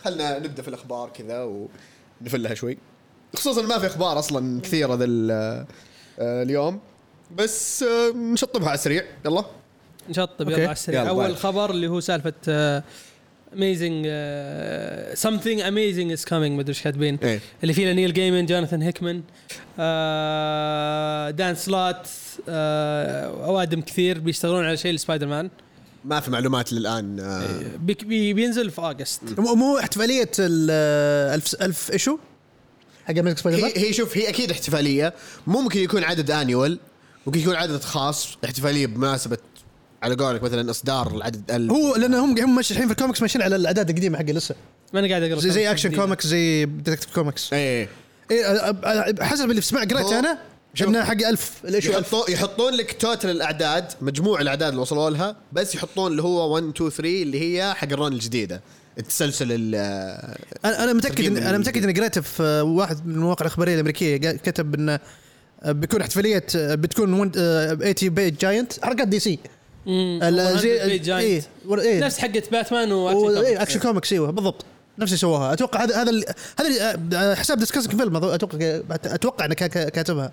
خلنا نبدا في الاخبار كذا ونفلها شوي خصوصا ما في اخبار اصلا كثيره ذا ال- آه، اليوم بس آه، نشطبها على السريع يلا نشطب أوكي. يلا على السريع يلا، اول باي. خبر اللي هو آه، سالفه اميزنج آه، سمثينج اميزنج از كامينج مدري ايش كاتبين ايه اللي فيه نيل جيمن جوناثان هيكمان آه، دان سلات آه، اوادم كثير بيشتغلون على شيء لسبايدر مان ما في معلومات للان آه، بيك- بي- بينزل في اوغست مو- مو احتفاليه ال 1000 1000 ايشو حق امريكا سبايدر مان هي هي شوف هي اكيد احتفاليه ممكن يكون عدد انيول ممكن يكون عدد خاص احتفاليه بمناسبه على قولك مثلا اصدار العدد ال هو لان هم هم ماشي- الحين في الكوميكس ماشيين على الاعداد القديمه حقه لسه ما انا قاعد اقرا زي, زي كوميكس اكشن جديدة. كوميكس زي ديتكتيف كوميكس ايه إيه أ- أ- أ- حسب اللي سمعت قريت هو- انا شوف. انه حق 1000 الايشو 1000 يحطون يحطون لك توتل الاعداد مجموع الاعداد اللي وصلوا لها بس يحطون اللي هو 1 2 3 اللي هي حق الرون الجديده التسلسل ال انا انا متاكد إن ترقيم انا متاكد اني قريته في آه، واحد من المواقع الاخباريه الامريكيه قا- كتب انه آه، بيكون احتفاليه آه، بتكون ون- آه، 80 بيج جاينت حركات دي سي مم. ال- 100 زي بيج جاينت. إيه، ور- إيه. نفس حقت باتمان و- واكشن إيه، كوميكس. اكشن كوميكس ايوه بالضبط نفس اللي سووها اتوقع هذا هذا ال- هذا ال- آه، حساب ديسكسنج فيلم أظن- اتوقع اتوقع انه كا- كا- كاتبها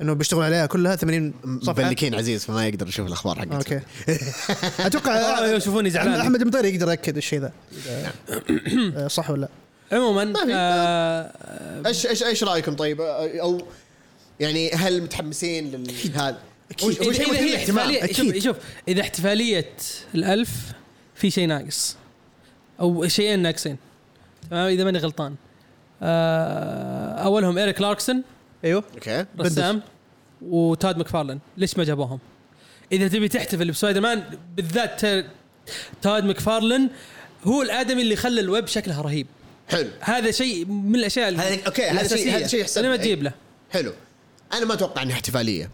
انه بيشتغل عليها كلها 80 صفحه مبلكين عزيز فما يقدر يشوف الاخبار حقتها اوكي اتوقع آه، يشوفوني زعلان. نعم. احمد المطيري يقدر ياكد الشيء ذا آه، صح ولا لا عموما ما في. آه، ايش ايش ايش رايكم طيب او يعني هل متحمسين لهذا وش- وش اذا مثير هي للاهتمام؟ احتفاليه شوف, أكيد. شوف اذا احتفاليه الالف في شيء ناقص او شيئين ناقصين تمام اذا ماني غلطان آه، اولهم ايريك لاركسون أيوه. ايوه اوكي رسام وتاد مكفارلن ليش ما جابوهم؟ اذا تبي تحتفل بسبايدر مان بالذات تا- تاد مكفارلن هو الادمي اللي خلى الويب شكلها رهيب حلو هذا شيء من الاشياء ال- هذا- أوكي، هذا شيء- الأساسية. هذا شيء إيه. يحسب. انا ما أي. تجيب له حلو انا ما اتوقع انها احتفاليه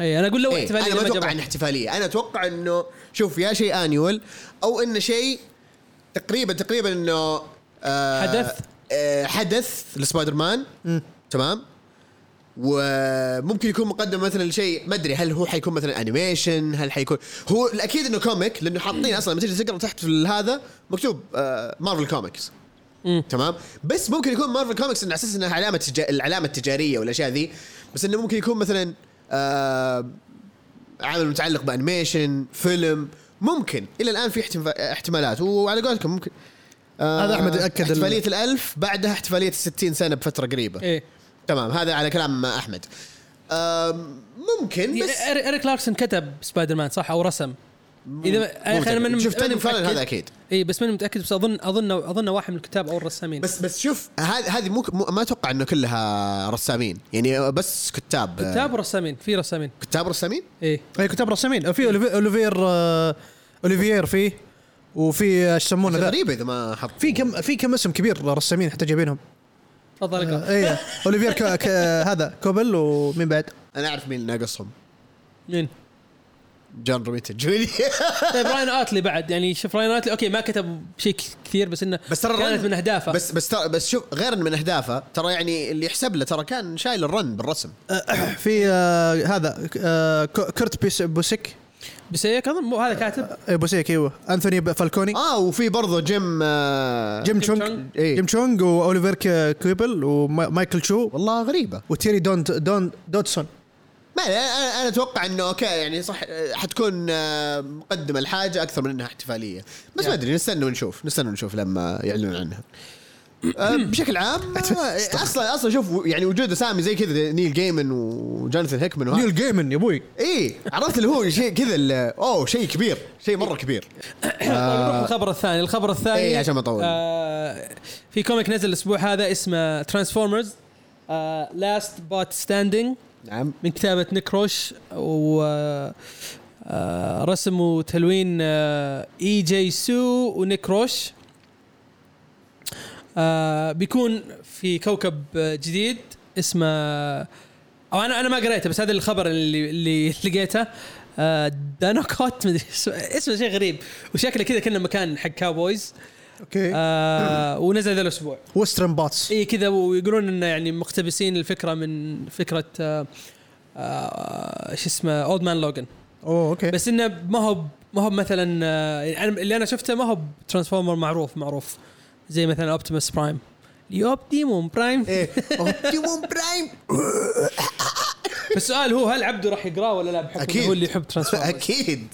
اي انا اقول لو إيه، احتفاليه انا ما لما اتوقع جابوهم. انها احتفاليه انا اتوقع انه شوف يا شيء انيول او انه شيء تقريبا تقريبا انه آه حدث. آه حدث لسبايدر مان تمام وممكن يكون مقدم مثلا شيء ما ادري هل هو حيكون مثلا انيميشن هل حيكون هو الاكيد انه كوميك لانه حاطين اصلا لما تجي تقرا تحت في هذا مكتوب مارفل كوميكس مم. تمام بس ممكن يكون مارفل كوميكس إنه على اساس انها علامه تجا... العلامه التجاريه والاشياء ذي بس انه ممكن يكون مثلا آه عمل متعلق بانيميشن فيلم ممكن الى الان في احتف... احتمالات وعلى قولكم ممكن آه هذا أحمد أكد ال- احتفاليه الألف بعدها احتفاليه الستين سنه بفتره قريبه ايه تمام هذا على كلام احمد آم، ممكن بس إيري- ايريك لاركسون كتب سبايدر مان صح او رسم اذا ما- أخي انا من شفت فعلا هذا اكيد اي بس ماني متاكد بس اظن اظن اظن واحد من الكتاب او الرسامين بس بس شوف هذه هذه مو مو- ما اتوقع انه كلها رسامين يعني بس كتاب كتاب ورسامين في رسامين كتاب رسامين ايه اي كتاب رسامين في أوليفي- اوليفير آه، اوليفير فيه وفي آه، ايش يسمونه ذا غريبة اذا ما حط في كم في كم اسم كبير رسامين حتى جايبينهم تفضل اقرا آه. اي اوليفير ك... ك... هذا كوبل ومين بعد؟ انا اعرف مين ناقصهم مين؟ جون روميتا جولي طيب راين اتلي بعد يعني شوف راين اتلي اوكي ما كتب شيء ك- كثير بس انه بس ترى كانت الرن- من اهدافه بس بس ترى بس شوف غير من اهدافه ترى يعني اللي يحسب له ترى كان شايل الرن بالرسم في آه، هذا آه، ك- كرت بيس- بوسيك بس هيك اظن مو هذا كاتب آه، بوسيك ايوه انثوني ب- فالكوني اه وفي برضه جيم آه جيم جيم تشونغ تشونغ. إيه. جيم تشونغ واوليفير ك- كويبل ومايكل تشو والله غريبة وتيري دون دون دودسون ما أنا- انا انا اتوقع انه اوكي يعني صح آه، حتكون آه، مقدمة الحاجة اكثر من انها احتفالية بس ما ادري نستنى ونشوف نستنى ونشوف لما يعلنون عنها آه، بشكل عام آه، اصلا اصلا شوف يعني وجود اسامي زي كذا نيل جيمن وجوناثان هيكمان وهذا نيل جيمن يا ابوي ايه عرفت اللي هو شيء كذا ال- اوه شيء كبير شيء مره كبير طيب نروح الخبر الثاني الخبر الثاني إيه، آه. عشان ما أطول. آه في كوميك نزل الاسبوع هذا اسمه آه، ترانسفورمرز لاست بوت ستاندينج نعم من كتابة نيك روش و آه، رسم وتلوين آه، اي جي سو ونيك روش آه، بيكون في كوكب آه، جديد اسمه او انا انا ما قريته بس هذا الخبر اللي اللي لقيته آه، دانوكوت مدري اسمه- اسمه شيء غريب وشكله كذا كنا مكان حق كاوبويز اوكي آه، ونزل ذا الاسبوع وسترن إيه. باتس اي إيه، كذا ويقولون انه يعني مقتبسين الفكره من فكره آه، آه، شو اسمه اولد مان لوجن اوه اوكي بس انه ما هو ما هو مثلا آه، يعني أنا- اللي انا شفته ما هو ترانسفورمر معروف معروف زي مثلا اوبتيموس برايم يوبتيموم برايم ايه اوبتيموم برايم فالسؤال هو هل عبده راح يقراه ولا لا بحكم إنه أكيد. هو اللي يحب ترانسفورمرز اكيد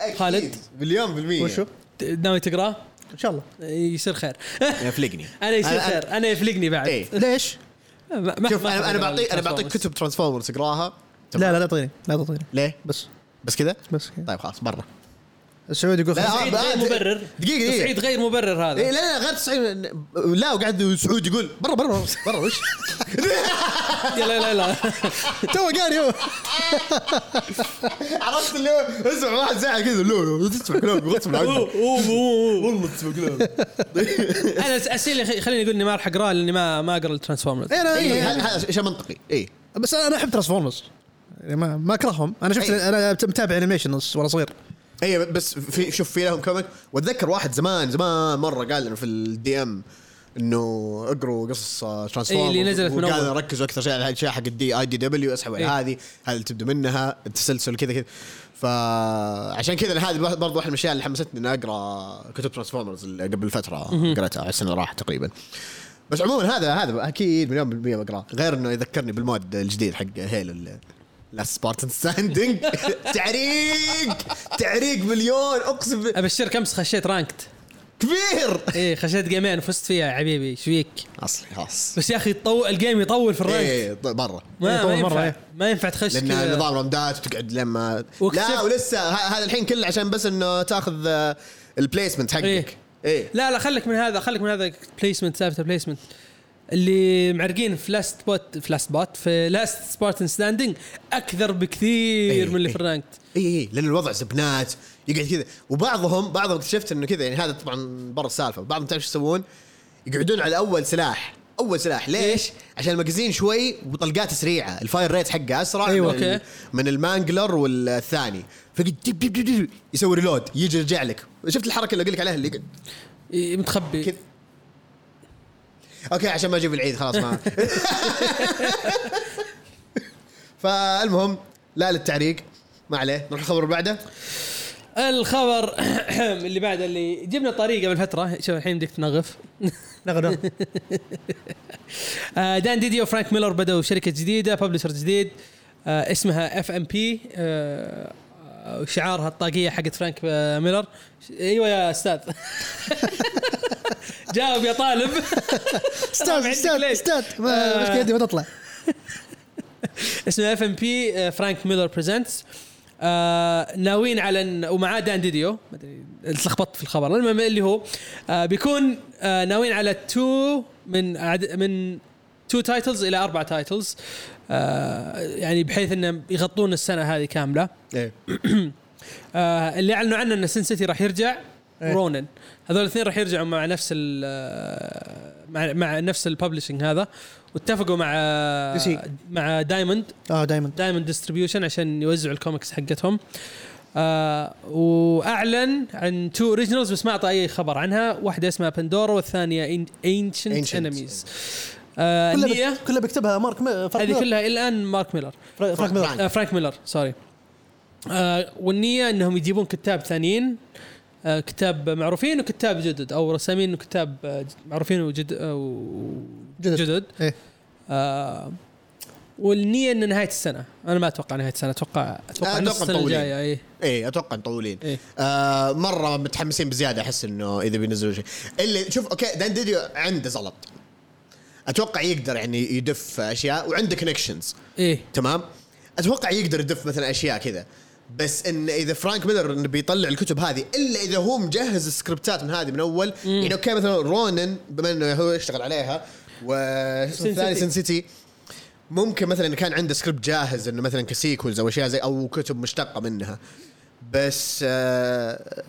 أكيد. خالد؟ مليون بالمية وشو؟ ناوي تقراه ان شاء الله يصير خير يفلقني انا يصير أنا- أنا- خير انا يفلقني بعد إيه. ليش؟ ما- ما- شوف ما انا انا أقدر بعطيك انا أقرأ بعطيك Transformers. كتب ترانسفورمرز اقراها لا لا لا تعطيني لا تعطيني ليه؟ بس بس كذا؟ بس كذا. طيب خلاص برا السعودي يقول لا، خلاص. تصعيد آه، غير آه، مبرر دقيقة، دقيقة. تصعيد غير مبرر إيه هذا لا لا غير تصعيد لا وقعد سعود يقول برا برا برا- برا وش؟ يلا لا لا تو قاري هو عرفت اللي هو اسمع واحد زعل كذا لا لا تسمع كلام غصب عنك والله تسمع كلام إيه، انا اسئله خ- خليني اقول اني ما راح اقراه لاني ما ما اقرا الترانسفورمرز إيه، لا، إيه، إيه، هذا هذا شيء منطقي إيه. اي بس انا أنا احب ترانسفورمرز يعني ما ما اكرههم انا شفت أي. انا متابع انيميشن وانا صغير اي إيه، بس في شوف في لهم كوميك واتذكر واحد زمان زمان مره قال لنا في الدي ام انه اقروا قصص ترانسفورمرز إيه، اللي نزلت من وقال أول. لنا ركزوا اكثر شيء على الاشياء حق الدي اي دي دبليو اسحب على إيه. هذه هذه اللي تبدو منها التسلسل كذا كذا فعشان كذا أنا هذه برضه واحده من الاشياء اللي حمستني اني اقرا كتب ترانسفورمرز اللي قبل فتره قريتها على السنه اللي راحت تقريبا بس عموما هذا هذا اكيد مليون بالمية بقراه غير انه يذكرني بالمود الجديد حق هيلو لاست سبارتن ستاندينج تعريق تعريق مليون اقسم بالله. ابشرك امس خشيت رانكت كبير ايه خشيت جيمين وفزت فيها يا حبيبي ايش فيك اصلي خلاص بس يا اخي طو... الجيم يطول في الرانك ايه طيب برا ما, ما يطول مرة، ينفع إيه. ما ينفع تخش لان كذا. نظام رمدات وتقعد لما واكتشفت- لا ولسه ه- هذا الحين كله عشان بس انه تاخذ آه، البليسمنت حقك إيه. ايه لا لا خليك من هذا خليك من هذا بليسمنت ثابته بليسمنت اللي معرقين في لاست بوت في لاست بوت في لاست سبارتن ستاندينج اكثر إيه، بكثير من اللي إيه. في الرانكت اي اي لان الوضع زبنات يقعد كذا وبعضهم بعضهم اكتشفت انه كذا يعني هذا طبعا برا السالفه بعضهم تعرف ايش يسوون؟ يقعدون على اول سلاح اول سلاح إيه. ليش؟ عشان المجازين شوي وطلقاته سريعه الفاير ريت حقه اسرع أيوة، من, ال- أوكي. من المانجلر والثاني فيقعد دب- دب- دب- دب- يسوي ريلود يجي يرجع لك شفت الحركه اللي اقول لك عليها اللي يقعد إيه، متخبي كذا اوكي عشان ما اجيب العيد خلاص ما فالمهم لا للتعريق ما عليه نروح الخبر اللي بعده الخبر اللي بعده اللي جبنا طريقه قبل فتره شوف الحين بدك تنغف نغدا آه، دان ديديو وفرانك ميلر بدأوا شركة جديدة ببلشر جديد آه، اسمها اف ام بي آه، شعارها الطاقية حقت فرانك آه، ميلر ش- ايوه يا استاذ جاوب يا طالب استاذ استاذ ليش؟ استاذ آه. ما- مشكلة يدي ما تطلع اسمها اف ام بي آه، فرانك ميلر بريزنتس ناويين على ومعاه دان ديديو ما ادري تلخبطت في الخبر المهم اللي هو آه، بيكون آه، ناويين على تو من عد- من تو تايتلز الى اربع تايتلز يعني بحيث انه يغطون السنه هذه كامله ايه آه، اللي اعلنوا عنه ان سن سيتي راح يرجع إيه. رونن هذول الاثنين راح يرجعوا مع نفس ال آه، مع مع نفس الببلشنج هذا واتفقوا مع آه، DC. مع دايموند اه دايما دايموند ديستريبيوشن عشان يوزعوا الكوميكس حقتهم آه واعلن عن تو اوريجينالز بس ما اعطى اي خبر عنها واحده اسمها بندورا والثانيه انشنت Ancient. انميز آه كلها النية بك- كلها بيكتبها مارك م- فرانك هذه ميلر. كلها الان مارك ميلر فرا- فرانك ميلر فرانك. آه فرانك ميلر سوري آه والنية انهم يجيبون كتاب ثانيين آه كتاب معروفين وكتاب جدد او رسامين وكتاب آه، معروفين وجد آه، جدد. وجدد جدد إيه. آه والنية ان نهاية السنة انا ما اتوقع نهاية السنة اتوقع اتوقع آه، نص أتوقع السنة مطولين. الجاية إيه. اي ايه اتوقع مطولين إيه. آه مره متحمسين بزياده احس انه اذا بينزلوا شيء اللي شوف اوكي دان ديديو عنده زلط اتوقع يقدر يعني يدف اشياء وعنده كونكشنز ايه تمام اتوقع يقدر يدف مثلا اشياء كذا بس ان اذا فرانك ميلر إنه بيطلع الكتب هذه الا اذا هو مجهز السكريبتات من هذه من اول يعني اوكي مثلا رونن بما انه هو يشتغل عليها و سن الثاني سيتي. سن سيتي ممكن مثلا كان عنده سكريبت جاهز انه مثلا كسيكولز او اشياء زي او كتب مشتقه منها بس آه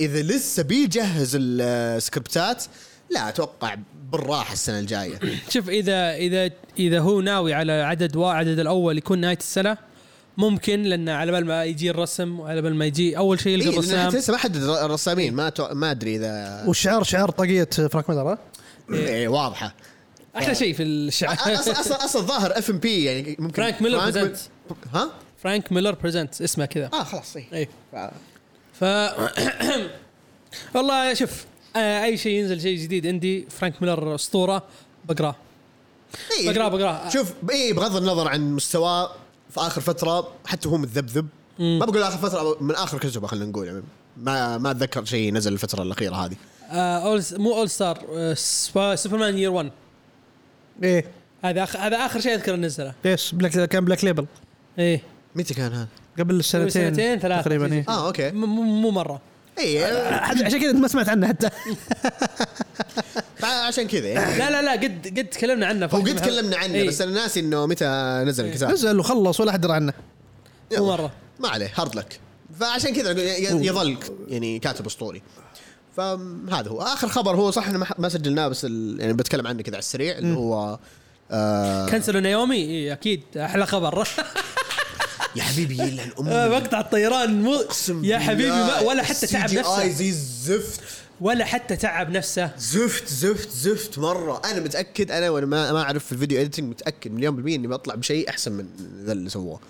اذا لسه بيجهز السكريبتات لا اتوقع بالراحه السنه الجايه شوف اذا اذا اذا هو ناوي على عدد واعدد الاول يكون نهايه السنه ممكن لان على بال ما يجي الرسم وعلى بال ما يجي اول شيء يلقى إيه لأن الرسام حتى لسه ما حدد الرسامين ما تو... ما ادري اذا والشعار شعار طاقية فرانك ميلر ها؟ ايه واضحه احلى شيء في الشعر اصلا اصلا اصلا ظاهر اف ام بي يعني ممكن فرانك ميلر فرانك presents. ميل- ها؟ آه، إيه. فرانك ميلر بريزنت اسمه كذا إيه. اه خلاص ايه اي ف- ف والله شوف أنا اي شيء ينزل شيء جديد عندي فرانك ميلر اسطوره بقراه إيه، بقراه- بقراه. شوف اي بغض النظر عن مستواه في اخر فتره حتى هو متذبذب ما بقول اخر فتره من اخر كتبه خلينا نقول يعني ما ما اتذكر شيء نزل الفتره الاخيره هذه آه أول مو اول ستار آه سبا- سوبرمان يير 1 ايه هذا آخر هذا اخر شيء اذكر نزله ايش بلاك كان بلاك ليبل ايه متى كان هذا؟ قبل سنتين سنتين، ثلاثة. تقريبا إيه. اه م- اوكي م- مو مره اي حتى- عشان كذا أنت ما سمعت عنه حتى عشان كذا يعني لا لا لا قد قد تكلمنا عنه هو قد تكلمنا عنه إيه. بس انا ناسي انه متى نزل الكتاب نزل وخلص ولا احد درى عنه مو مرة. ما عليه هارد لك فعشان كذا أقول ي- ي- يظل يعني كاتب اسطوري فهذا هو اخر خبر هو صح انه ما ح- ما سجلناه بس ال... يعني بتكلم عنه كذا على السريع اللي هو آه كنسلوا نيومي إيه اكيد احلى خبر يا حبيبي يلعن آه، امي مقطع الطيران مو يا حبيبي ما ولا حتى تعب اي نفسه زي الزفت ولا حتى تعب نفسه زفت زفت زفت مره انا متاكد انا وانا ما ما اعرف في الفيديو اديتنج متاكد مليون بالميه اني بطلع بشيء احسن من ذا اللي سووه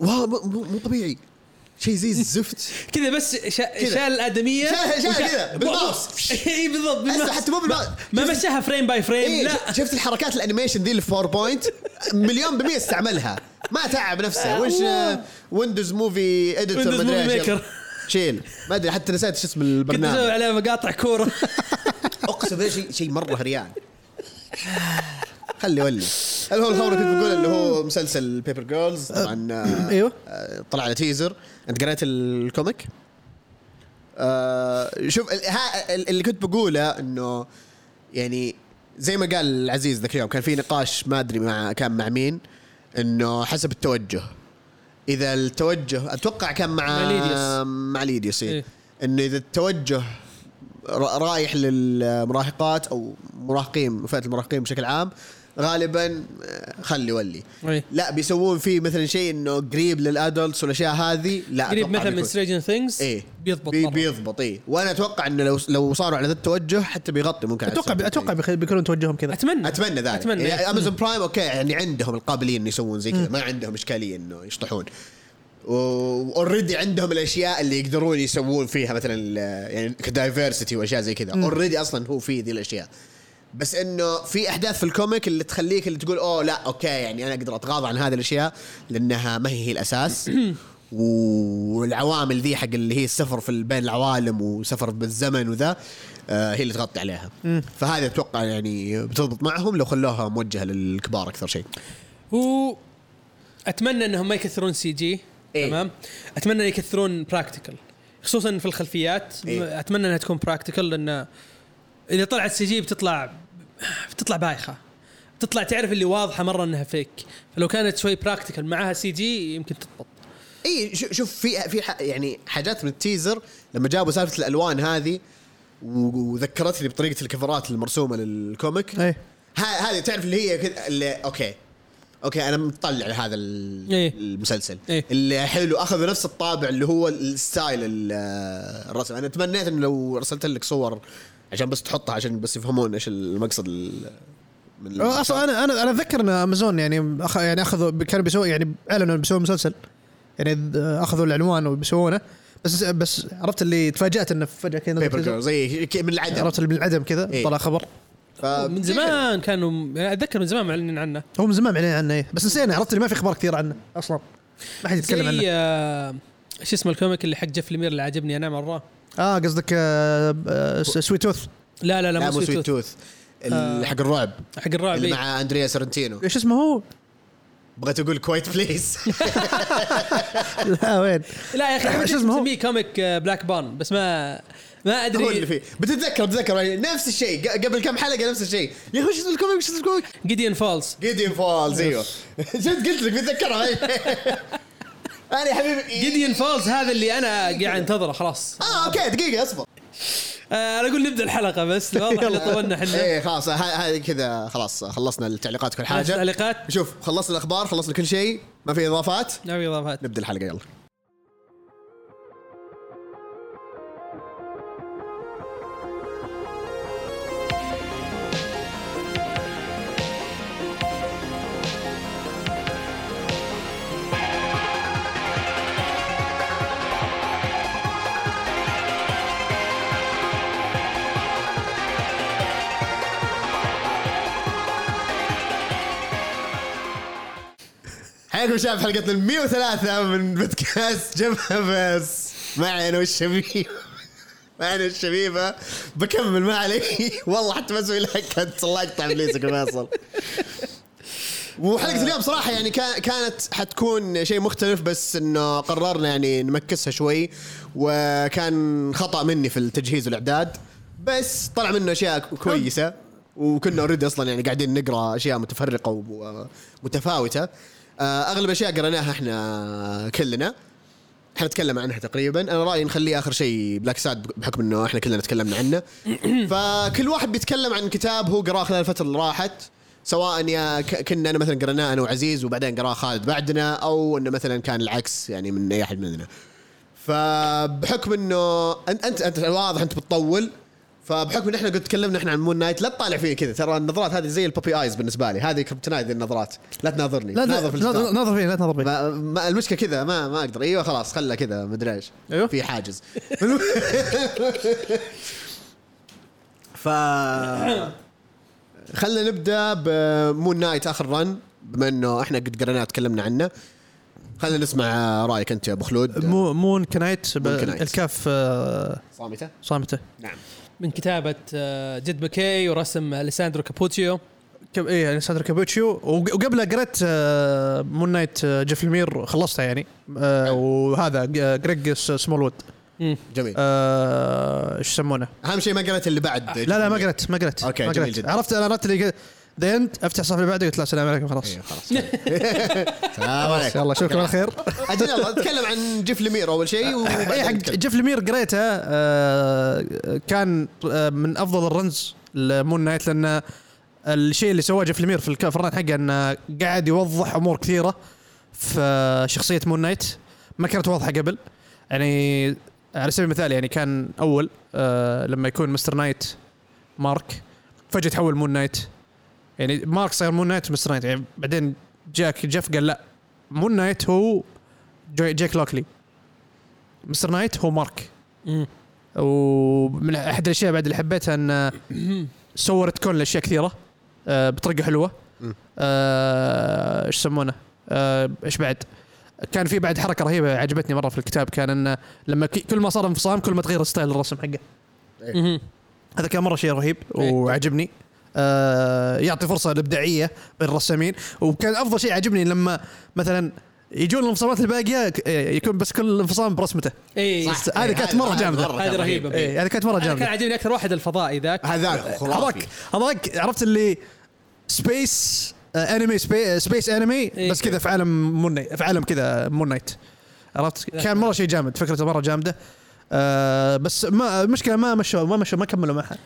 واو مو- مو مو طبيعي شيء زي الزفت كذا بس شا... شال الادميه شال- شال وشا- كذا، بالماوس. اي بالضبط هسه حتى مو بالماوس. ما مشاها فريم باي فريم إيه لا لا شفت الحركات الانيميشن ذي اللي في باوربوينت مليون بالمية استعملها ما تعب نفسه وش آه، الله. ويندوز موفي اديتور Windows Movie Maker. شيل ما ادري حتى نسيت شو اسم كنت البرنامج اسوي عليها مقاطع كوره اقسم بالله شيء شيء مره هريان خلي ولي اللي هو الخبر كنت بقول اللي هو مسلسل بيبر جيرلز طبعا آه، أيوه. آه، طلع على تيزر انت قريت الكوميك؟ آه، شوف ال- ها- ال- اللي كنت بقوله انه يعني زي ما قال العزيز ذاك اليوم كان في نقاش ما ادري مع كان مع مين انه حسب التوجه اذا التوجه اتوقع كان مع مع ليديوس. مع ليديوس إيه. إيه. انه اذا التوجه را- رايح للمراهقات او مراهقين فئه المراهقين بشكل عام غالبا آه، خلي ولي إيه. لا بيسوون فيه مثلا شيء انه قريب للادلتس والاشياء هذه لا قريب أتوقع مثلا من بيكون- ستريجن ثينجز ايه بيضبط بي مرة. بيضبط ايه وانا اتوقع انه لو لو صاروا على ذا التوجه حتى بيغطي ممكن على اتوقع السبب. اتوقع بيخ- بيكونون توجههم كذا اتمنى اتمنى ذلك اتمنى يعني إيه. امازون برايم اوكي يعني عندهم القابليه انه يسوون زي كذا ما عندهم اشكاليه انه يشطحون اوريدي عندهم الاشياء اللي يقدرون يسوون فيها مثلا ال- يعني كدايفرسيتي واشياء زي كذا اوريدي اصلا هو في ذي الاشياء بس انه في احداث في الكوميك اللي تخليك اللي تقول اوه لا اوكي يعني انا اقدر اتغاضى عن هذه الاشياء لانها ما هي هي الاساس والعوامل ذي حق اللي هي السفر في ال- بين العوالم وسفر بالزمن وذا آه هي اللي تغطي عليها فهذه اتوقع يعني بتضبط معهم لو خلوها موجهه للكبار اكثر شيء هو اتمنى انهم ما يكثرون سي جي إيه. تمام اتمنى يكثرون براكتيكال خصوصا في الخلفيات إيه. اتمنى انها تكون براكتيكال لان اذا طلعت سي جي بتطلع بتطلع بايخه بتطلع تعرف اللي واضحه مره انها فيك فلو كانت شوي براكتيكال معاها سي جي يمكن تضبط اي شو- شوف في في ح- يعني حاجات من التيزر لما جابوا سالفه الالوان هذه و- وذكرتني بطريقه الكفرات المرسومه للكوميك إيه. ه- هذه تعرف اللي هي كذا اللي اوكي اوكي انا مطلع لهذا ال- إيه. المسلسل إيه. اللي حلو اخذوا نفس الطابع اللي هو الستايل ال- الرسم انا تمنيت انه لو ارسلت لك صور عشان بس تحطها عشان بس يفهمون ايش المقصد ال- من ال- اصلا انا انا انا اتذكر ان امازون يعني أخ... يعني اخذوا كانوا بيسووا يعني اعلنوا إنه بيسووا مسلسل يعني ذ- اخذوا العنوان وبيسوونه بس بس عرفت اللي تفاجات انه فجاه كذا بيبر جيرل زي ك- من العدم عرفت اللي من العدم كذا إيه. طلع خبر ف- يعني من زمان كانوا يعني اتذكر من زمان معلنين عنه هو من زمان معلنين عنه إيه. بس نسينا عرفت اللي ما في اخبار كثير عنه اصلا ما حد يتكلم عنه زي آه، شو اسمه الكوميك اللي حق جيف لمير اللي عجبني انا مره اه قصدك آه آه س- سويت توث لا لا لا, لا مو سويت توث. توث آه. ال- حق الرعب حق الرعب اللي إيه. مع اندريا سرنتينو ايش اسمه هو؟ بغيت اقول كويت بليز لا وين؟ لا يا اخي شو شو اسمه هو؟ اسمه مسميه كوميك آه، بلاك بان بس ما ما ادري هو اللي فيه بتتذكر بتذكر يعني نفس الشيء ق- قبل كم حلقه نفس الشيء يا اخي شو اسم الكوميك شو اسم الكوميك جيديان فولز جيديان فولز ايوه شفت قلت لك بتذكرها انا يا حبيبي جيديان فولز هذا اللي انا قاعد انتظره خلاص اه اوكي دقيقه اصبر آه، انا اقول نبدا الحلقه بس واضح اللي طولنا إيه. احنا ايه خلاص ه- هذه كذا خلاص خلصنا التعليقات كل حاجه التعليقات شوف خلصنا الاخبار خلصنا كل شيء ما في اضافات ما في اضافات نبدا الحلقه يلا عليكم شباب حلقتنا ال 103 من بودكاست جبهه بس معي انا والشبيب معنا الشبيبه بكمل ما علي والله حتى ما اسوي لها كت الله يقطع ابليسك يا فيصل وحلقه اليوم صراحه يعني كا- كانت حتكون شيء مختلف بس انه قررنا يعني نمكسها شوي وكان خطا مني في التجهيز والاعداد بس طلع منه اشياء كويسه وكنا اوريدي اصلا يعني قاعدين نقرا اشياء متفرقه ومتفاوته آه، اغلب اشياء قريناها احنا كلنا حنتكلم عنها تقريبا انا رايي نخليه اخر شيء بلاك ساد بحكم انه احنا كلنا تكلمنا عنه فكل واحد بيتكلم عن كتاب هو قراه خلال الفتره اللي راحت سواء يا ك- كنا انا مثلا قرناه انا وعزيز وبعدين قراه خالد بعدنا او انه مثلا كان العكس يعني من اي احد مننا فبحكم انه انت انت, انت واضح انت بتطول فبحكم ان احنا قد تكلمنا احنا عن مون نايت لا تطالع فيه كذا ترى النظرات هذه زي البوبي ايز بالنسبه لي هذه كريبتونايت النظرات لا تناظرني لا تناظر لا في الكتاب. لا- نظر فيه لا تنظر فيه ما ما المشكله كذا ما ما اقدر ايوه خلاص خله كذا مدري ايش أيوه. في حاجز ف خلينا نبدا بمون نايت اخر رن بما انه احنا قد قريناه تكلمنا عنه خلينا نسمع رايك انت يا ابو خلود مو مون كنايت ب- مون كنايت. الكاف آه، صامته صامته نعم من كتابه آه، جد مكي ورسم اليساندرو كابوتشيو كم ايه اليساندرو كابوتشيو وق- وقبله قريت آه، مون نايت آه، جيف المير خلصتها يعني آه، نعم. وهذا آه، جريج س- سمولوود جميل آه، ايش يسمونه اهم شيء ما قريت اللي بعد لا لا ما قريت ما قريت أوكي، ما جميل قريت جداً. عرفت انا عرفت اللي ذا اند افتح الصفحه اللي بعدها قلت لا السلام عليكم خلاص أيوه، خلاص السلام خلاص عليكم يلا اشوفكم على خير اجل آه، يلا نتكلم عن جيف لمير اول شيء وبعدين اي إيه، حق نتكلم. جيف لمير قريته آه، كان آه، من افضل الرنز لمون نايت لان الشيء اللي سواه جيف لمير في الك- في الرن حقه انه قاعد يوضح امور كثيره في شخصيه مون نايت ما كانت واضحه قبل يعني على سبيل المثال يعني كان اول آه، لما يكون مستر نايت مارك فجاه تحول مون نايت يعني مارك صار مون نايت مستر نايت يعني بعدين جاك جيف قال لا مون نايت هو جاي- جيك لوكلي مستر نايت هو مارك ومن احد الاشياء بعد اللي حبيتها ان صورت كل الاشياء كثيره آه، بطريقه حلوه مم. آه، ايش يسمونه آه، ايش بعد كان في بعد حركه رهيبه عجبتني مره في الكتاب كان انه لما ك- كل ما صار انفصام كل ما تغير ستايل الرسم حقه مهم. هذا كان مره شيء رهيب إيه. وعجبني آه يعطي فرصه لابداعيه للرسامين وكان افضل شيء عجبني لما مثلا يجون الانفصامات الباقيه ك- إيه، يكون بس كل انفصام برسمته اي صح. هذا هذه إيه، كانت مرة جامدة. مرة كانت هذه رهيبة. إيه، هذه كانت مره كان جامده عاجبني اكثر واحد الفضائي ذاك هذاك خرافي هذاك هذاك عرفت اللي آه، سبيس انمي سبيس انمي إيه. بس كذا في عالم مون نايت في عالم كذا مون نايت عرفت كان مره شيء جامد فكرته مره جامده آه بس ما المشكله ما مشوا ما مشوا ما كملوا معها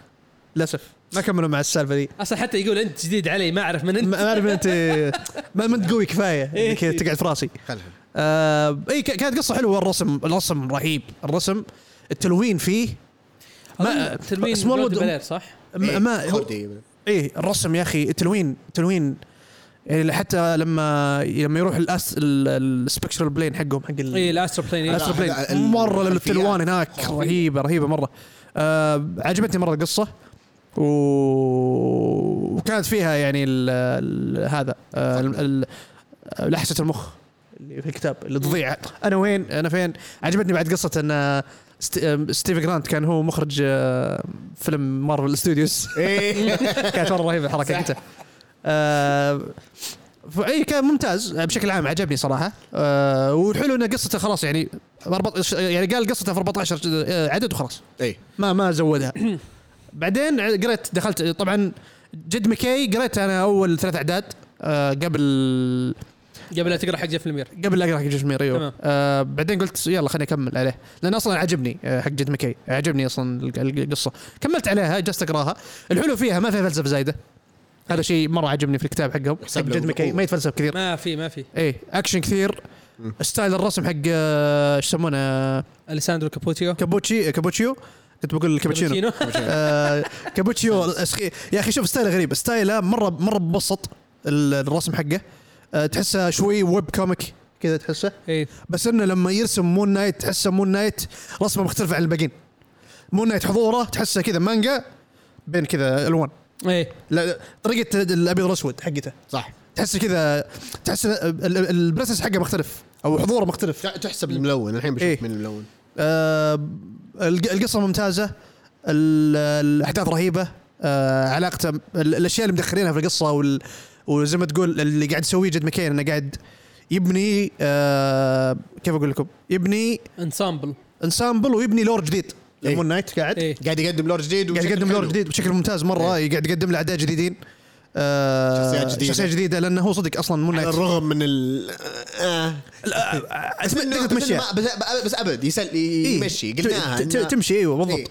للاسف ما كملوا مع السالفه دي اصلا حتى يقول انت جديد علي ما اعرف من ما انت ما اعرف انت ما ما انت قوي كفايه انك إيه. تقعد في راسي خلها آه اي ك- كانت قصه حلوه الرسم الرسم رهيب الرسم التلوين فيه ما- تلوين اسمه جولد الولد- بلير صح؟ ما, إيه، ما هو- خردي. ايه الرسم يا اخي التلوين التلوين يعني حتى لما لما يروح الاس السبكترال بلين حقهم حق ال- اي الاسترو بلين الاسترو بلين هذا يعني ال- مره الخلفيات. الالوان هناك رهيبه رهيبه مره آه عجبتني مره القصه و- وكانت فيها يعني ال ال هذا آه ال- ال- لحسه المخ اللي في الكتاب اللي تضيع انا وين انا فين عجبتني بعد قصه ان آه، ست- آه، ستيف جرانت كان هو مخرج آه، فيلم مارفل ستوديوز إيه. كانت مره رهيبه الحركه حقته آه، فاي كان ممتاز بشكل عام عجبني صراحه آه، وحلو انه قصته خلاص يعني أربط- يعني قال قصته في 14 عدد وخلاص اي ما ما زودها بعدين قريت دخلت طبعا جد مكي قريت انا اول ثلاث اعداد آه، قبل قبل لا تقرا حق جيف المير قبل لا اقرا حق جيف ميريو تمام. آه بعدين قلت يلا خليني اكمل عليه لان اصلا عجبني آه حق جد مكي عجبني اصلا الق- القصه كملت عليها جلست اقراها الحلو فيها ما فيها فلسفه زايده هذا شيء مره عجبني في الكتاب حقهم حق يحسب له جد مكي بالقوة. ما يتفلسف كثير ما في ما في ايه اكشن كثير ستايل الرسم حق آه، ايش يسمونه آه، اليساندرو كابوتشيو كابوتشي كابوتشيو كنت بقول كابتشينو آه، كابوتشيو الأسخي- يا اخي شوف ستايله غريب ستايله مره مره مبسط ال- الرسم حقه آه، تحسه شوي ويب كوميك كذا تحسه اي بس انه لما يرسم مون نايت تحسه مون نايت رسمه مختلفه عن الباقيين مون نايت حضوره تحسه كذا مانجا بين كذا الوان اي لا لا، طريقه الابيض والاسود حقته صح تحس كذا تحس ال- ال- البريسنس حقه مختلف او حضوره مختلف تحسب الملون الحين بشوف إيه. مين الملون آه، الق- القصه ممتازه ال- الاحداث رهيبه آه، علاقته ال- الاشياء اللي مدخلينها في القصه وال- وزي ما تقول اللي قاعد يسويه جد مكين انه قاعد يبني آه، كيف اقول لكم؟ يبني انسامبل انسامبل ويبني لور جديد إيه. مون نايت قاعد ايه قاعد يقدم لور جديد قاعد وشكله يقدم لور حلو. إيه. جديد بشكل ممتاز مره قاعد يقدم له اعداء جديدين آه، شخصيات جديدة. شخصيات جديده لانه هو صدق اصلا مون على نايت الرغم من ال آه. بس إنه- تقدر بس تمشيها. إنه ما- بس, بس ابد يسل إيه. يمشي قلناها ت- ت- إنه- تمشي ايوه إيه. بالضبط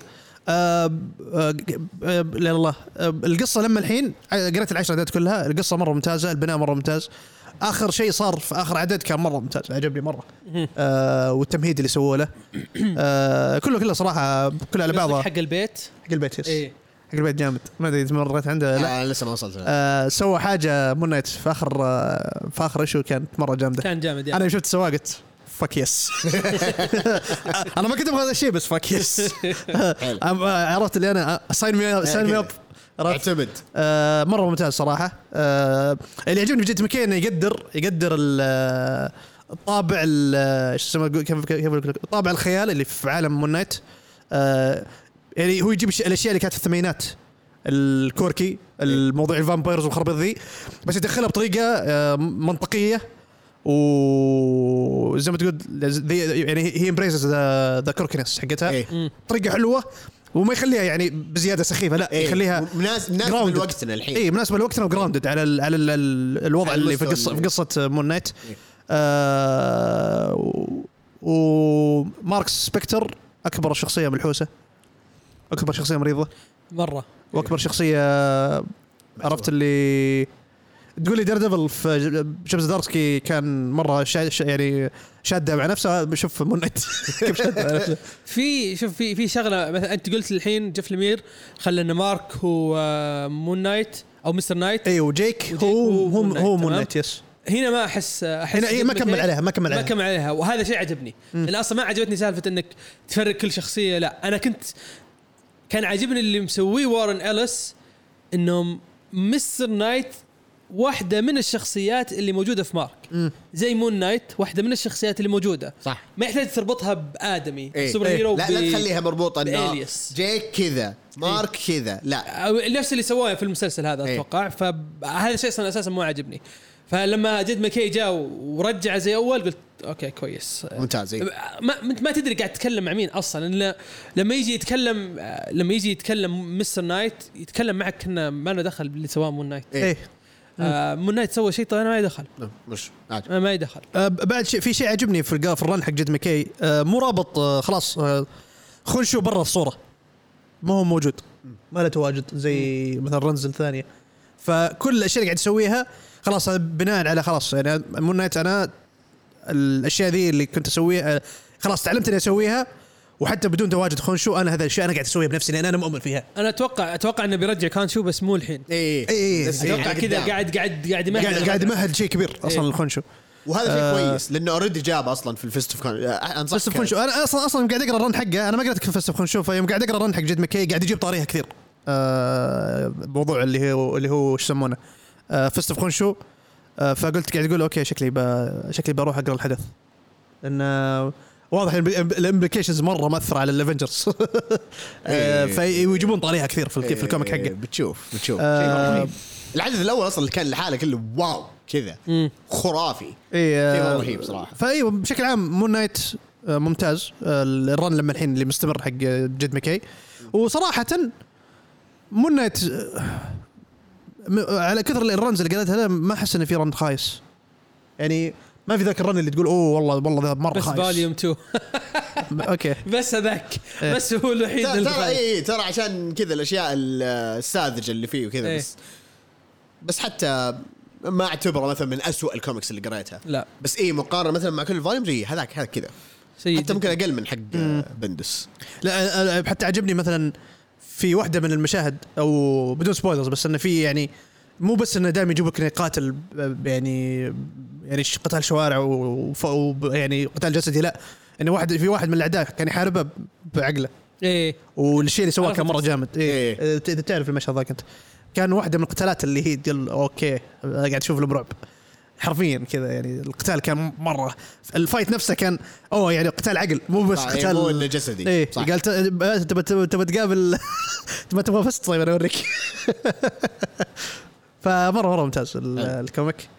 آه، آه، آه، لا الله آه، القصه لما الحين قريت العشر عدد كلها القصه مره ممتازه البناء مره ممتاز اخر شيء صار في اخر عدد كان مره ممتاز عجبني مره آه والتمهيد اللي سووه له آه كله كله صراحه كله على بعضه قصدك حق البيت حق البيت يس ايه حق البيت جامد ما ادري اذا مريت عنده لا إيه. آه لسه ما وصلت لها. آه سوى حاجه مون نايت في اخر آه في اخر ايشو كانت مره جامده كان جامد يعني انا شفت سوا قلت فاك يس انا ما كنت ابغى هذا الشيء بس فاك يس حلو. عرفت اللي انا ساين مي ساين مي اب عرفت اعتمد آه، مره ممتاز صراحه آه، اللي يعجبني في جيت مكي انه يقدر يقدر ال- آه، الطابع ال- شو اسمه أقول- كيف كيف أقول لك؟ طابع الخيال اللي في عالم مون نايت آه، يعني هو يجيب الش- الاشياء اللي كانت في الثمانينات الكوركي الموضوع الفامبايرز والخربط ذي بس يدخلها بطريقه آه، منطقيه وزي ما تقول ذي- يعني هي امبريسز ذا كوركنس حقتها إيه. طريقه حلوه وما يخليها يعني بزياده سخيفه لا إيه. يخليها مناس- مناسبه grounded. إيه. لوقتنا الحين اي مناسبه لوقتنا وجراوندد على ال على ال الوضع على اللي في المستوى قصه في قصه مون نايت إيه. آه و- ومارك سبكتر اكبر شخصيه ملحوسه اكبر شخصيه مريضه مره واكبر إيه. شخصيه عرفت اللي تقول لي دير ديفل في ج- شمس دارسكي كان مره شا شا- يعني شاده مع نفسها بشوف مون نايت كيف شاده مع نفسها في شوف في في شغله مثلا انت قلت الحين جيف لمير خلى ان مارك هو آه، مون نايت او مستر نايت ايوه وجيك وجيك هو هو هو مون نايت، هو مون تمام؟ نايت يس هنا ما احس احس هنا إيه، ما كمل عليها، ما كمل عليها. ما كمل عليها وهذا شيء عجبني لان اصلا ما عجبتني سالفه انك تفرق كل شخصيه لا انا كنت كان عاجبني اللي مسويه وارن اليس انهم مستر نايت واحده من الشخصيات اللي موجوده في مارك زي مون نايت واحده من الشخصيات اللي موجوده صح. ما يحتاج تربطها بادمي إيه. سوبر إيه. هيرو لا ب- لا تخليها مربوطه انه بAlias. جيك كذا مارك كذا لا أو نفس اللي سواه في المسلسل هذا إيه. اتوقع فهذا الشيء اصلا اساسا مو عاجبني فلما جد ماكي جاء ورجع زي اول قلت اوكي كويس ممتاز إيه. ما انت ما تدري قاعد تتكلم مع مين اصلا إلا لما يجي يتكلم لما يجي يتكلم مستر نايت يتكلم معك كنا ما له دخل باللي سواه مون نايت إيه. ايه آه مون نايت سوى شيء طبعا ما يدخل مش عادي ما ما يدخل آه، بعد شيء في شيء عجبني في القا- في الرن حق جد مكي آه، مو رابط آه، خلاص آه، خنشو برا الصوره ما هو موجود ما له تواجد زي مثلا رنز الثانيه فكل الاشياء اللي قاعد يسويها خلاص هذا بناء على خلاص يعني مون نايت انا الاشياء ذي اللي كنت اسويها آه، خلاص تعلمت اني اسويها وحتى بدون تواجد خنشو انا هذا الاشياء انا قاعد اسويها بنفسي لان انا مؤمن فيها انا اتوقع اتوقع انه بيرجع كانشو بس مو الحين ايه إيه. بس اتوقع قاعد كذا قدام. قاعد قاعد قاعد يمهد قاعد قاعد مهد شيء كبير اصلا إيه. الخنشو وهذا شيء آه. كويس لانه اوريدي جاب اصلا في الفيست آه، اوف كون انصحك بس بخنشو انا اصلا اصلا قاعد اقرا الرن حقه انا ما قريت كيف بخنشو فيوم قاعد اقرا الرن حق جيد مكي قاعد يجيب طاريها كثير آه موضوع اللي هو اللي هو ايش يسمونه آه فيست اوف خنشو آه فقلت قاعد اقول اوكي شكلي ب... شكلي بروح اقرا الحدث لان آه، واضح الامبليكيشنز مره مأثرة على الافنجرز آه إيه. فيجيبون طاريها كثير في, الك... في الكوميك إيه، حقه بتشوف بتشوف شيء مرة آه. رهيب. العدد الاول اصلا اللي كان لحاله كله واو كذا خرافي اي شيء آه، مرة رهيب صراحه فايوه بشكل عام مون نايت آه، ممتاز آه، الرن لما الحين اللي مستمر حق آه، جد مكي وصراحة مون نايت آه، م- على كثر الرنز اللي قالتها له ما احس انه في رن خايس يعني ما في ذاك الرن اللي تقول اوه والله والله ذا مره بس خايس فاليوم 2 اوكي بس هذاك بس هو الوحيد إيه. ترى إيه، اللي ترى خايف. اي ترى عشان كذا الاشياء الساذجه اللي فيه وكذا إيه. بس بس حتى ما اعتبره مثلا من أسوأ الكوميكس اللي قريتها لا بس اي مقارنه مثلا مع كل فوليوم زي هذاك هذا كذا إيه، سيء حتى جداً. ممكن اقل من حق بندس لا آه، حتى عجبني مثلا في واحدة من المشاهد او بدون سبويلرز بس انه في يعني مو بس انه دائما يجيبوا لك إنه يقاتل آه، يعني يعني ش- قتال شوارع و- وف- وب- يعني قتال جسدي لا انه واحد في واحد من الاعداء كان يحاربه بعقله ايه والشيء اللي سواه عرفت كان مره جامد إيه. إيه. اذا إيه. تعرف المشهد ذاك انت كان واحده من القتالات اللي هي تقول اوكي قاعد اشوف لهم رعب حرفيا كذا يعني القتال كان مره الفايت نفسه كان اوه يعني قتال عقل مو بس صح، إيه، قتال مو إنه جسدي. ايه صح. قال تبى تبى تبى تقابل تبى تبغى فست طيب انا اوريك فمره مره ممتاز ال- حلو. الكوميك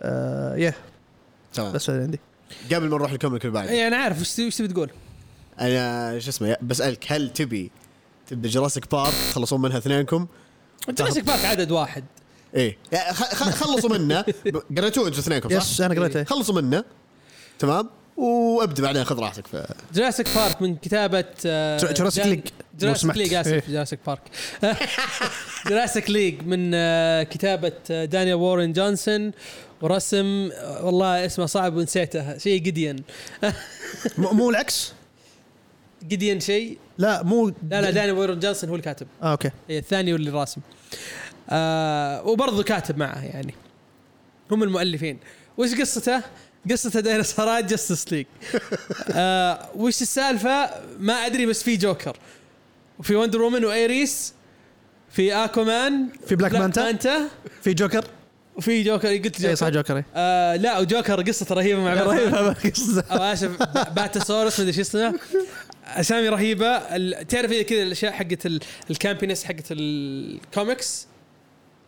آه يا تمام بس هذا اللي عندي قبل ما نروح الكوميك اللي بعده ايه انا عارف وش وش تبي تقول انا شو اسمه بسالك هل تبي تبي جراسيك بارك تخلصون منها اثنينكم؟ جراسيك بارك عدد واحد ايه يا خ- خ- خلصوا منه ب- قريتوه انتوا اثنينكم صح؟ يس انا قريته خلصوا منه تمام وابدا بعدين خذ راحتك ف... جراسيك بارك من كتابة آه، جر- جراسيك جان- ليج. لو جراسيك سمحت. ليج اسف إيه. جراسيك بارك جراسيك ليج من آه، كتابة آه، دانيال وورن جونسون ورسم آه، والله اسمه صعب ونسيته شيء جديان مو مو العكس جديان شيء لا مو لا لا دانيال وورن جونسون هو الكاتب آه اوكي إيه، الثاني هو اللي راسم آه وبرضه كاتب معه يعني هم المؤلفين وش قصته؟ قصته ديناصورات جاستس ليج آه وش السالفه؟ ما ادري بس في جوكر وفي وندر وومن وايريس في اكومان في بلاك مانتا؟ مانتا في جوكر وفي جوكر قلت اي جوكر صح جوكر إيه. آه لا وجوكر قصته رهيبه مع باتمان. رهيب قصة. او اسف ب- باتاسورس مدري شو اسمه اسامي رهيبه ال- تعرف إذا كذا الاشياء حقت ال- الكامبينس حقت الكوميكس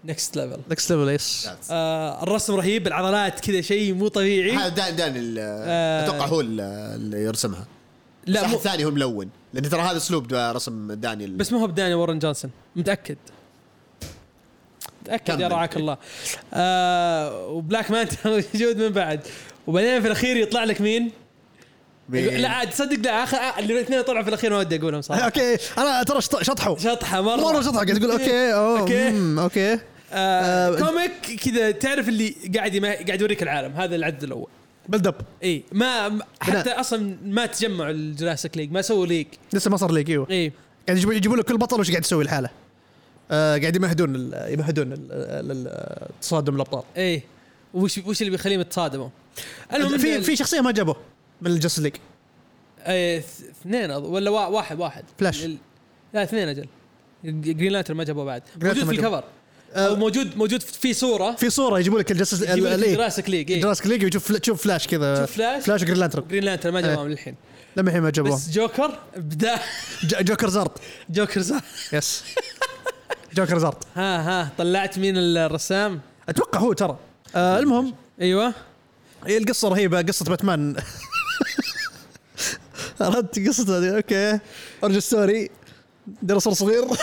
نكست ليفل نكست ليفل يس آه الرسم رهيب العضلات كذا شيء مو طبيعي هذا دان دان ال- اتوقع هو ال- اللي يرسمها لا آه. لا صح مو الثاني هو ملون لان ترى هذا اسلوب رسم دانيال بس ما هو بداني وارن جونسون متاكد متاكد يا كمل. رعاك الله آه وبلاك مانتا موجود من بعد وبعدين في الاخير يطلع لك مين؟ مين؟ لا عاد تصدق لا اخر آه، الاثنين طلعوا في الاخير ما ودي اقولهم صراحه اوكي انا ترى شط- شطحوا شطحه مره مره شطحوا قاعد تقول اوكي اوه أوكي. أوكي. اوكي آه آه، كوميك كذا تعرف اللي قاعد يما- قاعد يوريك العالم هذا العدد الاول بلد اب اي ما ما- حتى بناء. اصلا ما تجمعوا الجراسيك ليج ما سووا ليج لسه ما صار لي ايوه اي قاعد يجيبوا يجيبوا لك كل بطل وش قاعد يسوي لحاله آه قاعد يمهدون ال- يمهدون ال- ال- ال- تصادم الابطال اي وش وش اللي بيخليهم يتصادموا؟ المهم في في شخصيه ما جابوه من الجاست ليج اي اثنين أظ- ولا وا- واحد واحد فلاش. ال- لا اثنين اجل جرين لانترن ما جابوه بعد لانترن موجود ما في الكفر آه. او موجود موجود في صوره في صوره يجيبوا لك الجاست يجيب لك جراسيك ليج اي جراسك ليج وتشوف فل- تشوف فلاش كذا تشوف فلاش. فلاش وجرين لانترن جرين لانترن ما جابوهم للحين لما الحين ما جابوه بس جوكر بدا ج- جوكر زرد جوكر صح يس جوكر زرد ها ها طلعت مين الرسام؟ اتوقع هو ترى آه المهم ايوه هي القصه رهيبه قصه باتمان اردت قصته دي اوكي ارجو ستوري ديناصور صغير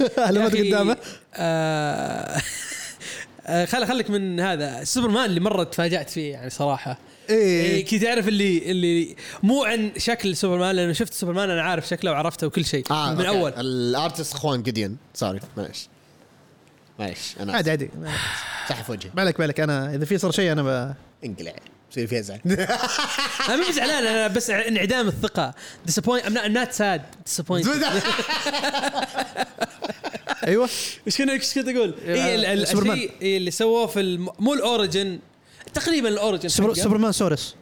يا علامات أخي، قدامه آه، آه، خل خليك من هذا سوبرمان اللي مره تفاجات فيه يعني صراحه إيه، ايه كي تعرف اللي اللي مو عن شكل سوبرمان لانه شفت سوبرمان انا عارف شكله وعرفته وكل شيء آه من أوكي. اول الارتست خوان جيديون سوري معليش معليش انا عادي عادي صح في وجهي ما عليك ما عليك انا اذا في صار شيء انا ب... انقلع يصير فيها زعل انا مو زعلان انا بس انعدام الثقه ديسابوينت ام نوت ساد ديسابوينت ايوه ايش كنت ايش كنت اقول؟ اي ال- ال- آه، سوبرمان. الشيء إي اللي سووه في الم... مو الاوريجن تقريبا الاوريجن سوبر حقه. سوبرمان سورس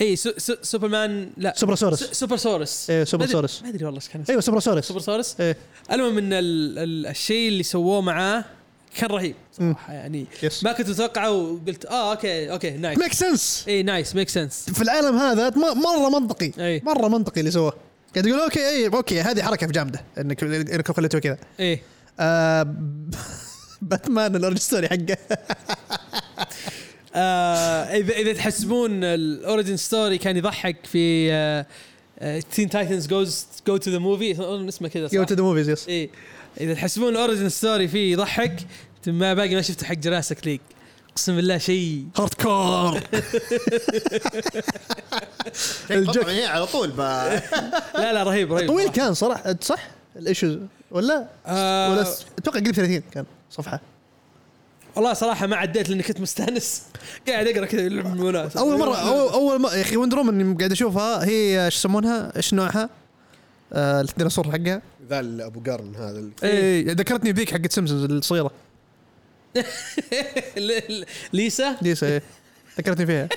اي سو سو سوبرمان لا سوبر س- سورس سوبر سورس إيه، سوبر ما أدري- سورس. ما ادري والله ايش كان اسمه ايوه سوبر سورس سوبر سورس ايه المهم ان ال- ال- الشيء اللي سووه معاه كان رهيب صراحه يعني يس. ما كنت متوقعه وقلت اه اوكي اوكي نايس ميك سنس اي نايس ميك سنس في العالم هذا م- مره منطقي إيه. مره منطقي اللي سواه قاعد يقول اوكي اي اوكي هذه حركه في جامده انك انكم خليتوه كذا اي آه، ب- باتمان الاورج ستوري حقه آه اذا اذا تحسبون الاوريجن ستوري كان يضحك في آه، تين تايتنز جوز جو تو ذا موفي اسمه كذا جو صح؟ تو ذا موفيز يس اي اذا تحسبون الاوريجن ستوري فيه يضحك ما باقي ما شفته حق جراسك ليج اقسم بالله شيء هارد كور الجوك هي على طول ب- لا لا رهيب رهيب طويل صراحة. كان صراحه صح الايشوز ولا آه. ولا س- اتوقع قريب 30 كان صفحه والله صراحه ما عديت لاني كنت مستانس قاعد اقرا كذا بالمناسبه اول مره اول اول ما يا اخي وندر وومن اللي قاعد اشوفها هي ايش يسمونها ايش نوعها؟ آه، الديناصور حقها ذا ال- ابو قرن هذا ال- اي ذكرتني بذيك حقت سيمبسونز الصغيره ل- ل- ليسا ليسا إيه. ذكرتني فيها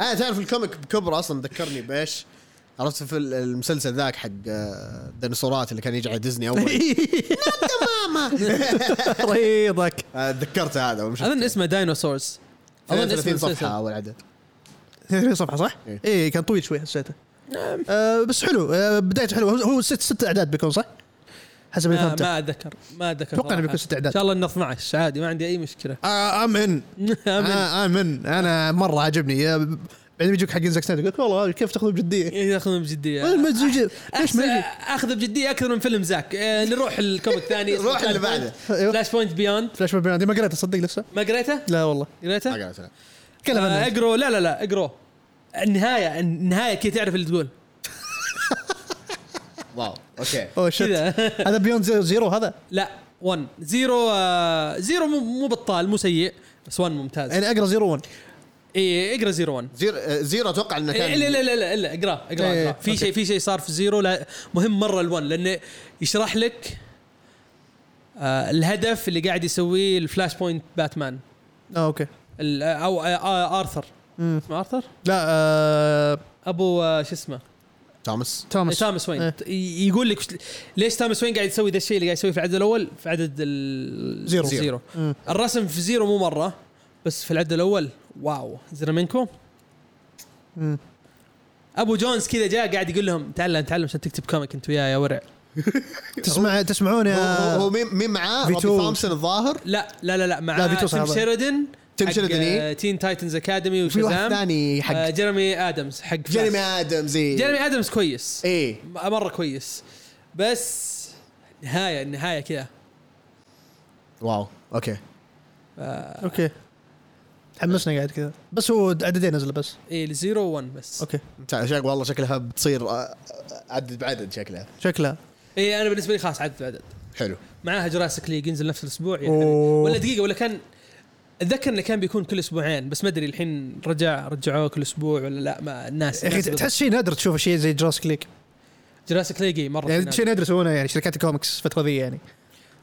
آه، انا تعرف الكوميك بكبره اصلا ذكرني بايش؟ عرفت في ال- المسلسل ذاك حق آه، الديناصورات اللي كان يجي على ديزني اول ريضك آه، تذكرت هذا ومش اظن اسمه داينوسورز اظن اسمه 30 المسلسل. صفحه اول عدد 30 صفحه صح؟ إيه. اي كان طويل شوي حسيته آه بس حلو آه بدايته حلوه هو- هو ست ست اعداد بيكون صح؟ حسب اللي آه، ما فهمته ما اتذكر ما اتذكر أتوقع إنه صراحة. بيكون ست أعداد. ان شاء الله انه 12 عادي ما عندي اي مشكله امن آه. آمين. امن انا مره عجبني آه، بعدين بيجوك حق زاك سنايدر يقول لك والله كيف تاخذه بجديه؟ ياخذون بجديه ما- ما تزوج- ليش ما يجي؟ أحس- اخذه بجديه اكثر من فيلم زاك آه، نروح الكوميك الثاني اسمه روح اللي Flashpoint- بعده. أيوه. فلاش بوينت بيوند فلاش باك ما قريته صدق لسه؟ ما قريته؟ لا والله قريته؟ ما قرأت أنا. تكلم آه، عنه اقرو لا لا لا اقرو النهايه النهايه كذا تعرف اللي تقول واو اوكي اوه شت كذا Oh, هذا بيوند زيرو زيرو هذا لا 1 زيرو آه، زيرو مو مو بطال مو سيء بس 1 ممتاز إيه، انا اقرا زيرو 1 اي اقرا زيرو 1 زيرو آه، زيرو اتوقع انه إيه، لا كان لا لا لا الا اقراه اقراه إيه، اقراه في أوكي. شيء في شيء صار في زيرو لا مهم مره الون لانه يشرح لك آه الهدف اللي قاعد يسويه الفلاش بوينت باتمان اه اوكي ال- او آه آه ارثر مم. اسمه ارثر لا آه ابو آه شو اسمه توماس توماس توماس وين إيه. ي- يقول لك وش- ليش توماس وين قاعد يسوي ذا الشيء اللي قاعد يسويه في العدد الاول في عدد ال زيرو. زيرو إيه. مم. الرسم في زيرو مو مره بس في العدد الاول واو زرمينكو مم. إيه. ابو جونز كذا جاء قاعد يقول لهم تعال تعلم عشان تكتب كوميك انت وياه يا ورع تسمع تسمعون هو- يا هو هو مين مين معاه في روبي تو. تومسون الظاهر لا لا لا لا لا، مع فيتو تيم صعبة. شيردن تيم حق، شيردن، إيه؟ آه، تين تايتنز اكاديمي في واحد وشازام ثاني آه، حق جيرمي ادمز حق فلاش. جيرمي ادمز إيه. جيرمي ادمز كويس ايه م- مره كويس بس نهايه النهايه كذا واو اوكي آه، اوكي تحمسنا قاعد كذا بس هو عددين نزل بس اي الزيرو 1 إيه، بس اوكي ممتاز. شك والله شكلها بتصير آه، آه، عدد بعدد شكلها شكله اي انا بالنسبه إيه، لي خلاص عدد بعدد حلو معاها جراسك ليج ينزل نفس الاسبوع يا أوه. حبيبي. ولا دقيقه ولا كان اتذكر انه كان بيكون كل اسبوعين بس ما ادري الحين رجع رجعوه كل اسبوع ولا لا ما الناس يا اخي تحس شيء نادر تشوف شيء زي جراس كليك جراسك ليج إي مره يعني يعني شيء نادر يسوونه يعني شركات الكوميكس الفتره ذي يعني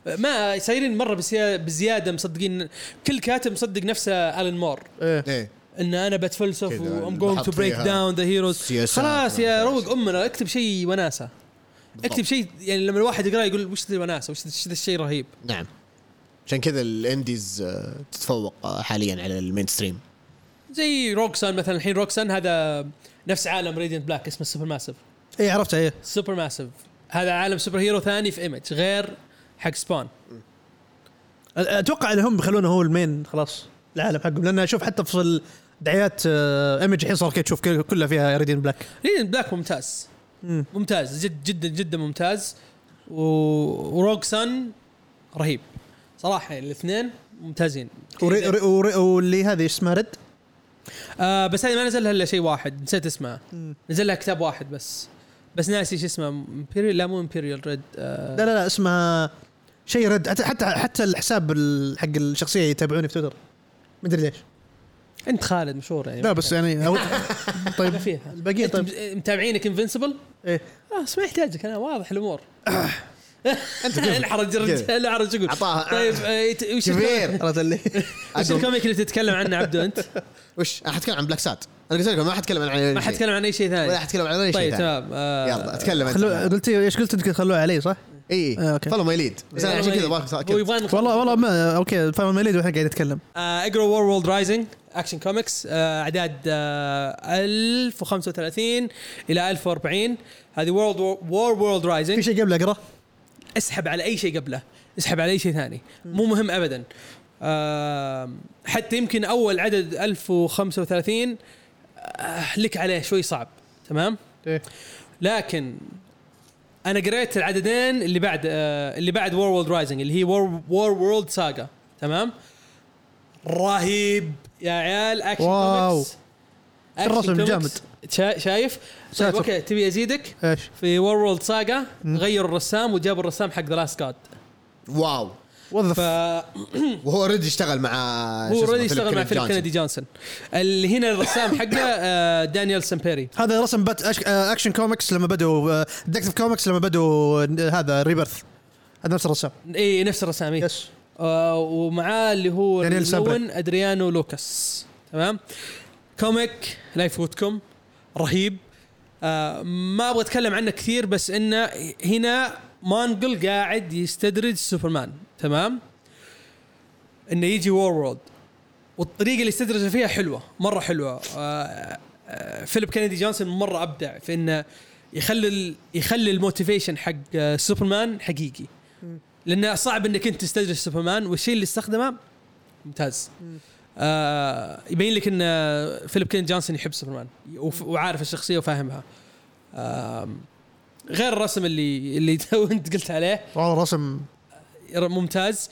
ما صايرين مره بزيا- بزياده مصدقين كل كاتب مصدق نفسه الين مور ايه ايه ان انا بتفلسف كذا وام جوينج تو بحط بريك فيها داون ذا هيروز سياسات خلاص ولا يا خلاص. روق امنا اكتب شيء وناسه اكتب شيء يعني لما الواحد يقرا يقول وش ذي وناسه وش ذا- وش ذا الشيء رهيب نعم عشان كذا الانديز آه، تتفوق آه، حاليا على المين ستريم زي روكسان مثلا الحين روكسان هذا نفس عالم راديانت بلاك اسمه سوبر ماسف ايه عرفته ايه سوبر ماسف هذا عالم سوبر هيرو ثاني في ايمج غير حق سبان اتوقع انهم بيخلونه هو المين خلاص العالم حقهم لان اشوف حتى في دعايات ايمج الحين صار كذا تشوف كل- كلها فيها ريدين بلاك راديانت بلاك ممتاز مم. ممتاز جد جدا جدا ممتاز و- وروكسان رهيب صراحه الاثنين ممتازين يعني وري- وري- وري- واللي هذه اسمها ريد آه بس هذه ما نزل لها الا شيء واحد نسيت اسمها نزل لها كتاب واحد بس بس ناسي شو اسمه امبيريال لا مو امبيريال ريد آه لا لا لا اسمها شيء ريد حتى حتى حتى الحساب ال- حق الشخصيه يتابعوني في تويتر ما ادري ليش انت خالد مشهور يعني لا بس يعني أو... طيب ما فيها الباقيين انت طيب مت- متابعينك انفنسبل؟ ايه خلاص آه، ما يحتاجك انا واضح الامور انت كيف- الحرج الرجال الحرج يقول أعطاها. طيب آه، يت- وش الكوميك- كبير عرفت اللي وش الكوميك اللي تتكلم عنه عبدو انت؟ وش انا حتكلم عن بلاك سات انا قلت لكم ما حتكلم عن أي ما شيء. حتكلم عن اي شيء ولا ثاني حتكلم عن اي شيء طيب ثاني. تمام آه، يلا اتكلم خلو... انت قلت ايش قلت انت خلوه علي صح؟ اي آه، أوكي. فولو ماي ليد بس انا يعني عشان كذا باخذ هو يبغى نخلص. والله والله ما اوكي فاهم المليد واحنا قاعد نتكلم آه، اقرا وور وولد رايزنج اكشن كوميكس آه، اعداد آه، 1035 الى 1040 هذه وورلد وور وورلد في رايزنج شيء قبل اقرا؟ اسحب على اي شيء قبله اسحب على اي شيء ثاني مو مهم ابدا آه، حتى يمكن اول عدد 1035 آه، لك عليه شوي صعب تمام إيه. لكن انا قريت العددين اللي بعد آه، اللي بعد وور وولد رايزنج اللي هي وور وور وورلد ساجا تمام رهيب يا عيال اكشن واو. كوميكس أكشن الرسم كوميكس. جامد. شا- شايف طيب ساتر. اوكي تبي ازيدك ايش؟ في وور وورلد ساجا غيروا الرسام وجابوا الرسام حق ذا لاست جاد واو وظف فهو وهو اوريدي اشتغل مع شو اسمه، اوريدي فيليب اشتغل مع كينيدي جونسون. فيليب كندي جونسون اللي هنا الرسام حقه آه، دانيال سمبيري هذا رسم بات أش... آه، اكشن كوميكس لما بدوا ديتكتيف كوميكس لما بدوا آه، هذا ريبيرث هذا نفس الرسام اي إيه، نفس الرسام اي يس آه، ومعاه اللي هو دانيال الملون ادريانو لوكاس تمام كوميك لا يفوتكم رهيب آه، ما ابغى اتكلم عنه كثير بس انه هنا مانجل قاعد يستدرج سوبرمان تمام انه يجي وور وورلد والطريقه اللي استدرج فيها حلوه مره حلوه آه، آه، فيليب كينيدي جونسون مره ابدع في انه يخلي ال- يخلي الموتيفيشن حق آه، سوبرمان حقيقي لانه صعب انك انت تستدرج سوبرمان والشيء اللي استخدمه ممتاز آه يبين لك ان آه، فيليب كين جونسون يحب سوبرمان وف- وعارف الشخصيه وفاهمها آه غير الرسم اللي اللي تو انت قلت عليه والله رسم ر- ممتاز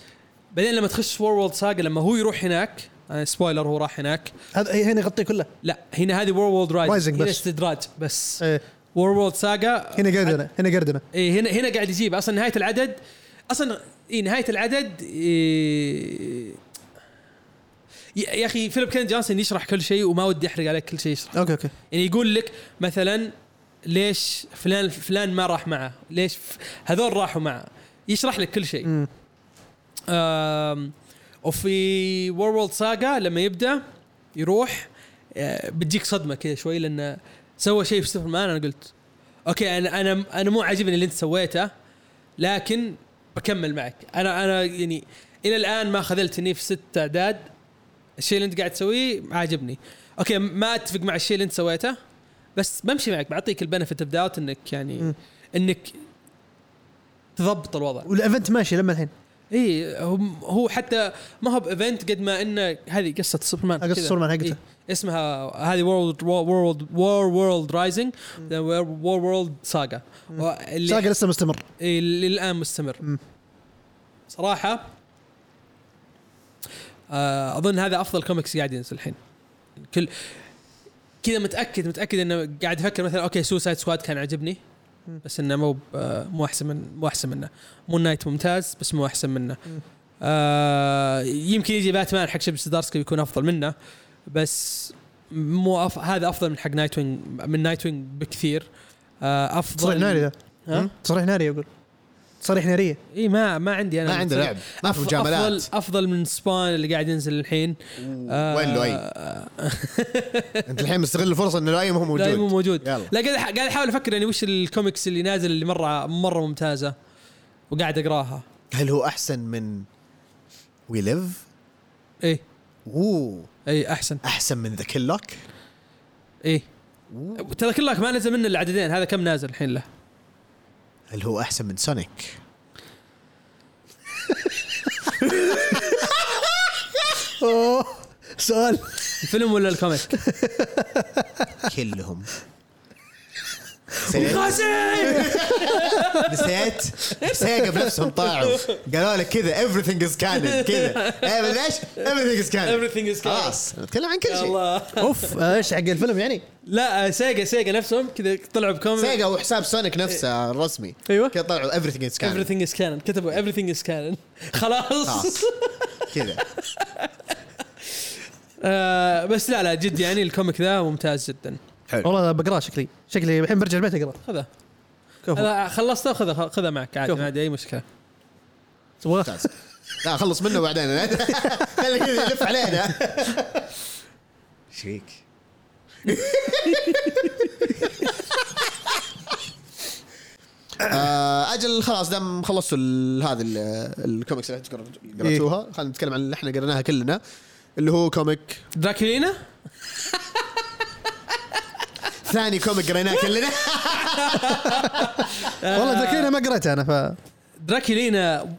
بعدين لما تخش وور وولد ساجا لما هو يروح هناك آه، سبويلر هو راح هناك هذا هي- هنا يغطيه كله لا هنا هذه وور وولد رايزنج Rising هنا بس. استدراج بس إيه. وور وولد ساجا هنا قردنا هنا قردنا إيه هنا هنا قاعد يجيب اصلا نهايه العدد اصلا إيه نهايه العدد إيه يا يا اخي فيليب كين جانسون يشرح كل شيء وما ودي احرق عليك كل شيء يشرح اوكي اوكي يعني يقول لك مثلا ليش فلان فلان ما راح معه ليش ف- هذول راحوا معه يشرح لك كل شيء مم. آم، وفي وور وولد ساجا لما يبدا يروح آه، بتجيك صدمه كذا شوي لانه سوى شيء في سوبرمان انا قلت اوكي انا انا انا مو عاجبني اللي انت سويته لكن بكمل معك انا انا يعني الى الان ما خذلتني في ست اعداد الشيء اللي انت قاعد تسويه عاجبني اوكي ما اتفق مع الشيء اللي انت سويته بس بمشي معك بعطيك البنفيت اوف داوت انك يعني مم. انك تضبط الوضع والايفنت ماشي لما الحين اي هو هو حتى ما هو بايفنت قد ما انه هذه قصه سوبرمان قصة كذا. سوبرمان حقته. إيه. اسمها هذه وورلد وورلد وور وورلد رايزنج وور وورلد ساجا اللي ساقه لسه مستمر اللي الان مستمر مم. صراحه آه، اظن هذا افضل كوميكس قاعد ينزل الحين كل كذا متاكد متاكد انه قاعد افكر مثلا اوكي سوسايد سكواد كان عجبني بس انه مو ب- آه، مو احسن من مو احسن منه مون نايت ممتاز بس مو احسن منه آه يمكن يجي باتمان حق شبه سدارسكي يكون افضل منه بس مو أف... هذا افضل من حق نايت وينج من نايت وينج بكثير آه تصريح افضل ناري ذا ها؟ تصريح ناري يقول تصريح ناريه اي ما ما عندي انا ما عنده لعب ما في أف- مجاملات افضل افضل من سبان اللي قاعد ينزل الحين آه، وين لؤي؟ انت الحين مستغل الفرصه ان لؤي ما هو لا مو موجود موجود يلا. لا قاعد قاعد احاول افكر يعني وش الكوميكس اللي نازل اللي مره مره ممتازه وقاعد اقراها هل هو احسن من وي ليف؟ ايه اوه اي احسن احسن من ذا كيلوك؟ ايه ترى كلك ما نزل منه العددين هذا كم نازل الحين له هل هو احسن من سونيك؟ اوه سؤال الفيلم ولا الكوميك كلهم إيه. غازي نسيت سيجا بنفسهم طاعوا قالوا لك كذا everything is canon كذا إيه، ايش everything is canon Everything is canon. خلاص نتكلم عن كل شيء الله اوف آه، ايش حق الفيلم يعني؟ لا آه، سيجا سيجا نفسهم كذا طلعوا بكوميك سيجا وحساب سونيك نفسه الرسمي أيوة. كذا طلعوا everything is canon everything is canon كتبوا everything is canon خلاص خلاص كذا آه بس لا لا جد يعني الكوميك ذا ممتاز جدا حلو والله بقراه شكلي شكلي الحين برجع البيت اقرا خذه كفو هذا خلصته خذه خذه معك عادي شوف. ما عندي اي مشكله تبغاه؟ ممتاز لا خلص منه وبعدين خلي كذا يلف علينا ايش فيك؟ آه، اجل خلاص دام خلصتوا ال- هذه ال- الكوميكس اللي قر- قرأتوها خلينا نتكلم عن اللي احنا قريناها كلنا اللي هو كوميك دراكولينا ثاني كوميك قريناه كلنا والله ذكينا ما قريته انا ف دراكولينا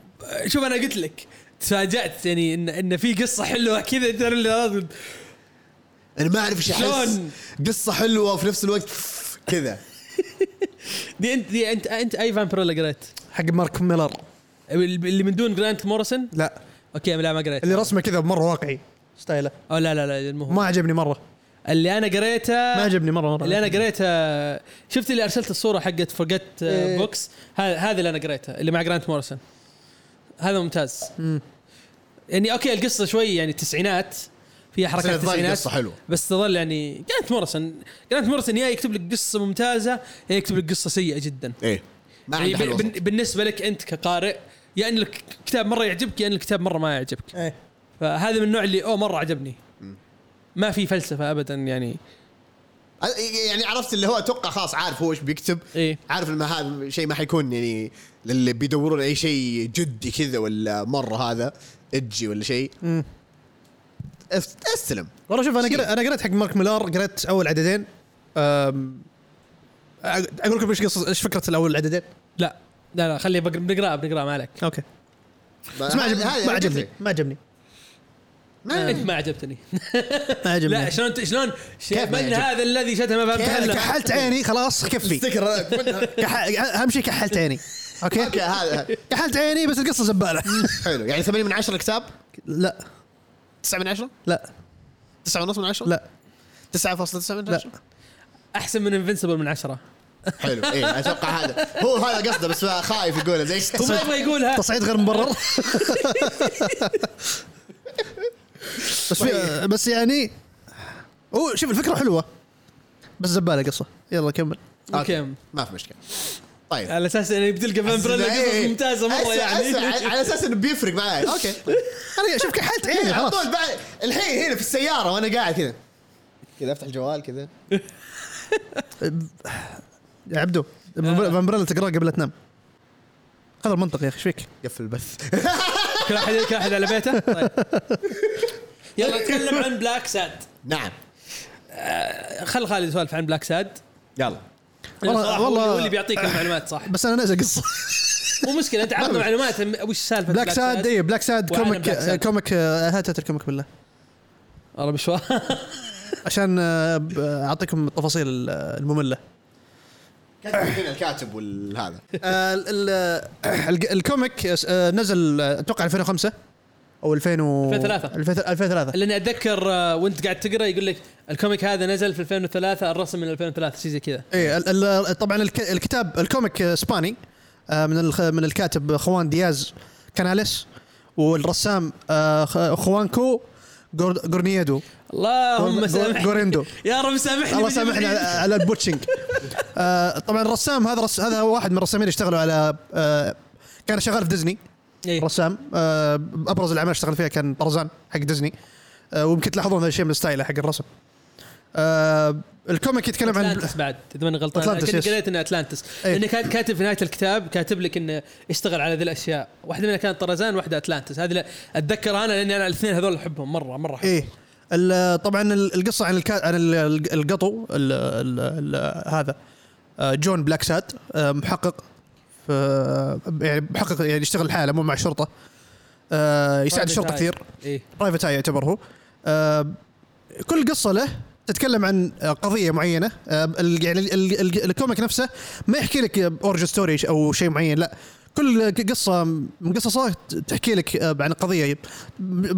شوف انا قلت لك تفاجات يعني ان ان في قصه حلوه كذا ترى اللي لازم- انا ما اعرف ايش احس شلون؟ قصه حلوه وفي نفس الوقت كذا دي انت دي انت انت اي فامبريلا قريت حق مارك ميلر اللي من دون جرانت موريسون لا اوكي لا ما قريت اللي رسمه كذا مره واقعي ستايله او لا لا لا مو هو. ما عجبني مره اللي انا قريته ما عجبني مره مره اللي انا قريته شفت اللي ارسلت الصوره حقت فورجت إيه. بوكس هذا اللي انا قريته اللي مع جرانت موريسون هذا ممتاز يعني اوكي القصه شوي يعني تسعينات فيها بس حركات تظل تسعينات قصه حلوه بس تظل يعني جرانت موريسون جرانت موريسون يا يكتب لك قصه ممتازه يا يكتب لك قصه سيئه جدا ايه ما يعني عنده حل بن- وسط. بن- بالنسبه لك انت كقارئ يا ان لك كتاب مره يعجبك يا ان الكتاب مره ما يعجبك إيه. فهذا من النوع اللي اوه مره عجبني ما في فلسفه ابدا يعني يعني عرفت اللي هو اتوقع خلاص عارف هو ايش بيكتب إيه. عارف انه هذا شيء ما حيكون يعني اللي بيدورون اي شيء جدي كذا ولا مره هذا اجي ولا شيء است- استلم والله شوف انا شيء. قريت انا قريت حق مارك ميلار قريت اول عددين أم، أ- اقول لكم ايش قصص ايش فكره الاول عددين لا لا لا خليه بقر- بنقراه بنقراه ما عليك اوكي بس ما عجبني هذه- ما عجبني ما عجبني ما انت ما عجبتني ما عجبني آه. لا شلون شلون ش- كيف ما من يعجب؟ هذا الذي شتم باب كيف- تحلى كحلت عيني خلاص كفي تذكر هذا- كح- اهم شيء كحلت عيني اوكي اوكي هذا كحلت عيني بس القصه زباله حلو يعني 8 من 10 كتاب لا 9 من 10 لا 9 ونص من 10 لا 9.9 من لا 10 احسن من انفنسبل من عشرة حلو ايه اتوقع هذا هو هذا قصده بس خايف يقولها زي هو ما يبغى يقولها تصعيد غير مبرر بس في بس يعني هو شوف الفكره حلوه بس زباله قصه يلا كمل اوكي ما في مشكله طيب على اساس انه بتلقى فامبريلا قصص إيه. ممتازه مره أسرع- أسرع. يعني على اساس انه بيفرق معي اوكي انا شوف كحلت عيني إيه، على إيه، خلاص طول بعد الحين هنا في السياره وانا قاعد كذا كذا افتح الجوال كذا يا عبدو فامبريلا تقرا قبل لا تنام هذا المنطق يا اخي ايش فيك؟ قفل البث كل احد كل احد على بيته طيب يلا نتكلم عن بلاك ساد نعم خل خالد يسولف عن بلاك ساد يلا والله- والله والله- والله هو اللي بيعطيك المعلومات صح بس انا ناسي قصه مو مشكله انت عطنا معلومات عن وش سالفه بلاك ساد اي بلاك ساد وعالم كوميك بلاك ساد. كوميك آه، هات هات الكوميك بالله والله مشوار عشان آه، ب- اعطيكم التفاصيل آه، الممله كاتب هنا الكاتب والهذا آه، ال- ال- الج- الكوميك آه، نزل آه، اتوقع 2005 او 2000 و 2003. 2003 لاني اتذكر آه، وانت قاعد تقرا يقول لك الكوميك هذا نزل في 2003 الرسم من 2003 شيء زي كذا اي إيه، ال- ال- طبعا الك- الكتاب الكوميك آه، اسباني آه، من الخ- من الكاتب خوان دياز كاناليس والرسام آه، خ- خوانكو جور- جورنيدو اللهم جور- سامحني جوريندو يا رب سامحني إيه. الله من سامحنا على- البعيد. على البوتشنج آه، طبعا الرسام هذا رس هذا هو واحد من الرسامين اللي اشتغلوا على آه، كان شغال في ديزني إيه. رسام آه، ابرز الاعمال اللي اشتغل فيها كان طرزان حق ديزني آه، ويمكن تلاحظون هذا الشيء من ستايله حق الرسم آه، الكوميك يتكلم عن اتلانتس بعد اذا ماني غلطان أتلانتس، أتلانتس يس. قريت انه اتلانتس إيه. انه كان كاتب في نهايه الكتاب كاتب لك انه اشتغل على ذي الاشياء واحده منها كانت طرزان واحده اتلانتس هذه لا- اتذكر انا لاني انا الاثنين هذول احبهم مره مره أحبهم. ايه ال- طبعا ال- القصه عن الكا... عن ال- ال- القطو ال... ال... ال... هذا آه، جون بلاك ساد آه، محقق ف... يعني محقق يعني يشتغل لحاله مو مع الشرطه آه، يساعد الشرطه برايفت كثير آي. ايه برايفت اي يعتبر هو آه، كل قصه له تتكلم عن آه، قضيه معينه آه، ال- يعني ال- ال- ال- الكوميك نفسه ما يحكي لك اورجن ستوري او شيء معين لا كل قصه مقصصه تحكي لك آه، عن قضيه م-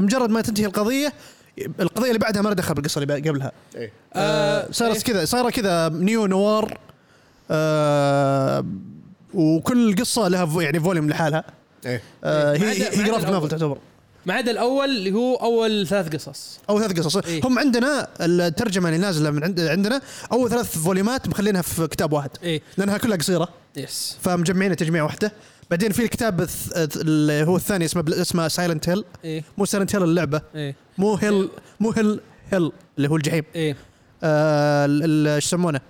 مجرد ما تنتهي القضيه القضيه اللي بعدها ما لها دخل بالقصه اللي بع- قبلها ايه آه، إيه. صارت كذا صار كذا نيو نوار آه، وكل قصه لها فو- يعني فوليوم لحالها ايه آه، ما هي عدا- هي ما عدا جرافيك نوفل الأول. تعتبر ما عدا الاول اللي هو اول ثلاث قصص او ثلاث قصص إيه. إيه؟ هم عندنا الترجمه اللي نازله من عند عندنا اول ثلاث فوليمات مخلينها في كتاب واحد إيه. لانها كلها قصيره يس فمجمعينها تجميع واحده بعدين في الكتاب الث- اللي هو الثاني اسمه بل- اسمه سايلنت هيل ايه مو سايلنت هيل اللعبه ايه مو هيل مو هيل هيل اللي هو الجحيم ايه آه، ال- ال- ايش يسمونه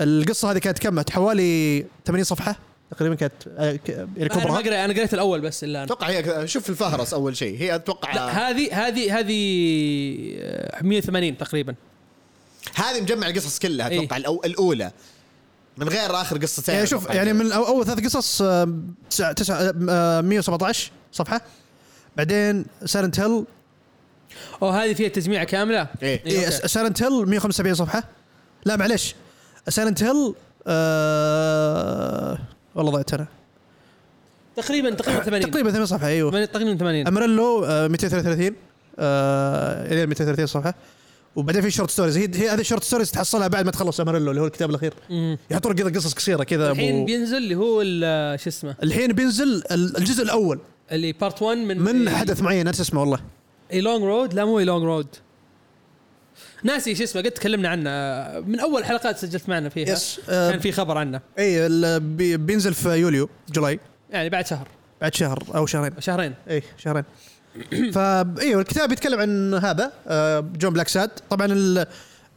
القصه هذه كانت كم حوالي 80 صفحه تقريبا كانت آه، ك- يعني انا ما كبرها قريت انا قريت الاول بس الا أنا. اتوقع هي كذا- شوف الفهرس اول شيء هي اتوقع هذه هذه هذه آه، 180 تقريبا هذه مجمع القصص كلها إيه. اتوقع الأو- الاولى من غير اخر قصتين يعني شوف أتوقع. يعني من أو- اول ثلاث قصص آه، تسعة- تسعة- آه، 117 صفحه بعدين سايلنت هيل او هذه فيها تجميعه كامله إيه. إيه أوكي. سايلنت هيل 175 صفحه لا معلش سايلنت هيل آه والله ضعت انا تقريبا تقريبا 80 تقريبا 80 صفحه ايوه تقريبا 80 امريلو آه 233 آه الى 230 صفحه وبعدين في شورت ستوريز هي, هي هذه الشورت ستوريز تحصلها بعد ما تخلص امريلو اللي هو الكتاب الاخير مم. يحطون كذا قصص قصيره كذا الحين مو- بينزل اللي هو ال- آه، شو اسمه الحين بينزل ال- الجزء الاول اللي بارت 1 من من حدث معين ناس اسمه والله اي لونج رود لا مو اي لونج رود ناسي شو اسمه قد تكلمنا عنه آه، من اول حلقات سجلت معنا فيها يس آه، كان في خبر عنه اي ال- بي- بينزل في يوليو جولاي يعني بعد شهر بعد شهر او شهرين إيه، شهرين اي شهرين فا ايوه الكتاب يتكلم عن هذا آه، جون بلاك ساد طبعا ال-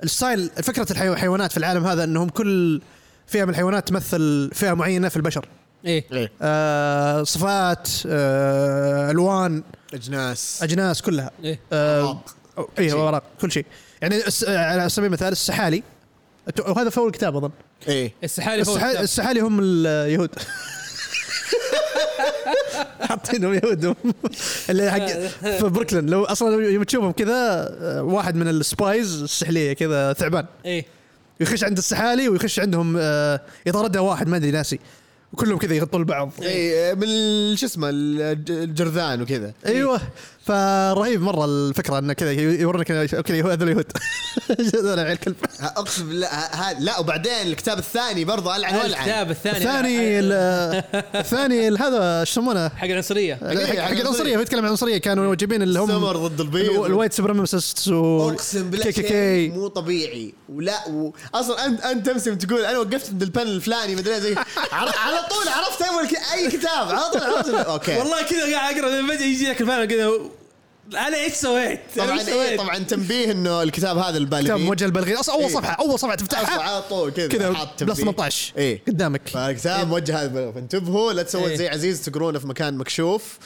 الستايل فكره الحيو- الحيوانات في العالم هذا انهم كل فئه من الحيوانات تمثل فئه معينه في البشر ايه ايه آه، صفات آه، الوان اجناس اجناس كلها ايه آه، أوراق. اي شيء. اوراق كل شيء يعني الس- آه، على سبيل المثال السحالي أتو- وهذا في اول كتاب اظن ايه السحالي فوق السح- الكتاب. السحالي هم اليهود حاطينهم يهود هم اللي حق في بركلين لو اصلا يوم تشوفهم كذا آه، واحد من السبايز السحليه كذا ثعبان ايه يخش عند السحالي ويخش عندهم آه، يطاردها واحد ما ادري ناسي وكلهم كذا يغطون بعض ايه من ال- شو اسمه الج- الجرذان وكذا ايوه فرهيب مره الفكره انه كذا يورونك إنه اوكي هو- هذول يهود هذول عيال كلب ه- اقسم بالله ه- ه- لا وبعدين الكتاب الثاني برضه العن والعن الكتاب الثاني الثاني ال- الثاني ال- هذا ايش يسمونه حق العنصريه إيه، يعني حق- حق حق العنصرية. العنصريه هو يتكلم عن العنصريه كانوا موجبين اللي هم السمر ضد البيض. ال- الوايت سبريمسيست و اقسم بالله كي كي شيء كي مو طبيعي ولا و... اصلا انت انت امس يوم تقول انا وقفت عند البن الفلاني مدري إيه زي على على طول عرفت اول ك... اي كتاب على طول عرفت اوكي والله كذا قاعد اقرا بعدين يجي لك الفاهم كذا انا ايش سويت؟ أنا طبعا إيش إيه سويت؟ طبعا تنبيه انه الكتاب هذا البالغين كتاب موجه للبالغين اصلا اول إيه. صفحه اول صفحه أصلاً تفتحها على طول كذا كذا حاط تنبيه. بلس 18 ايه قدامك فالكتاب موجه هذا البلوغ. فانتبهوا لا تسوون إيه. زي عزيز تقرونه في مكان مكشوف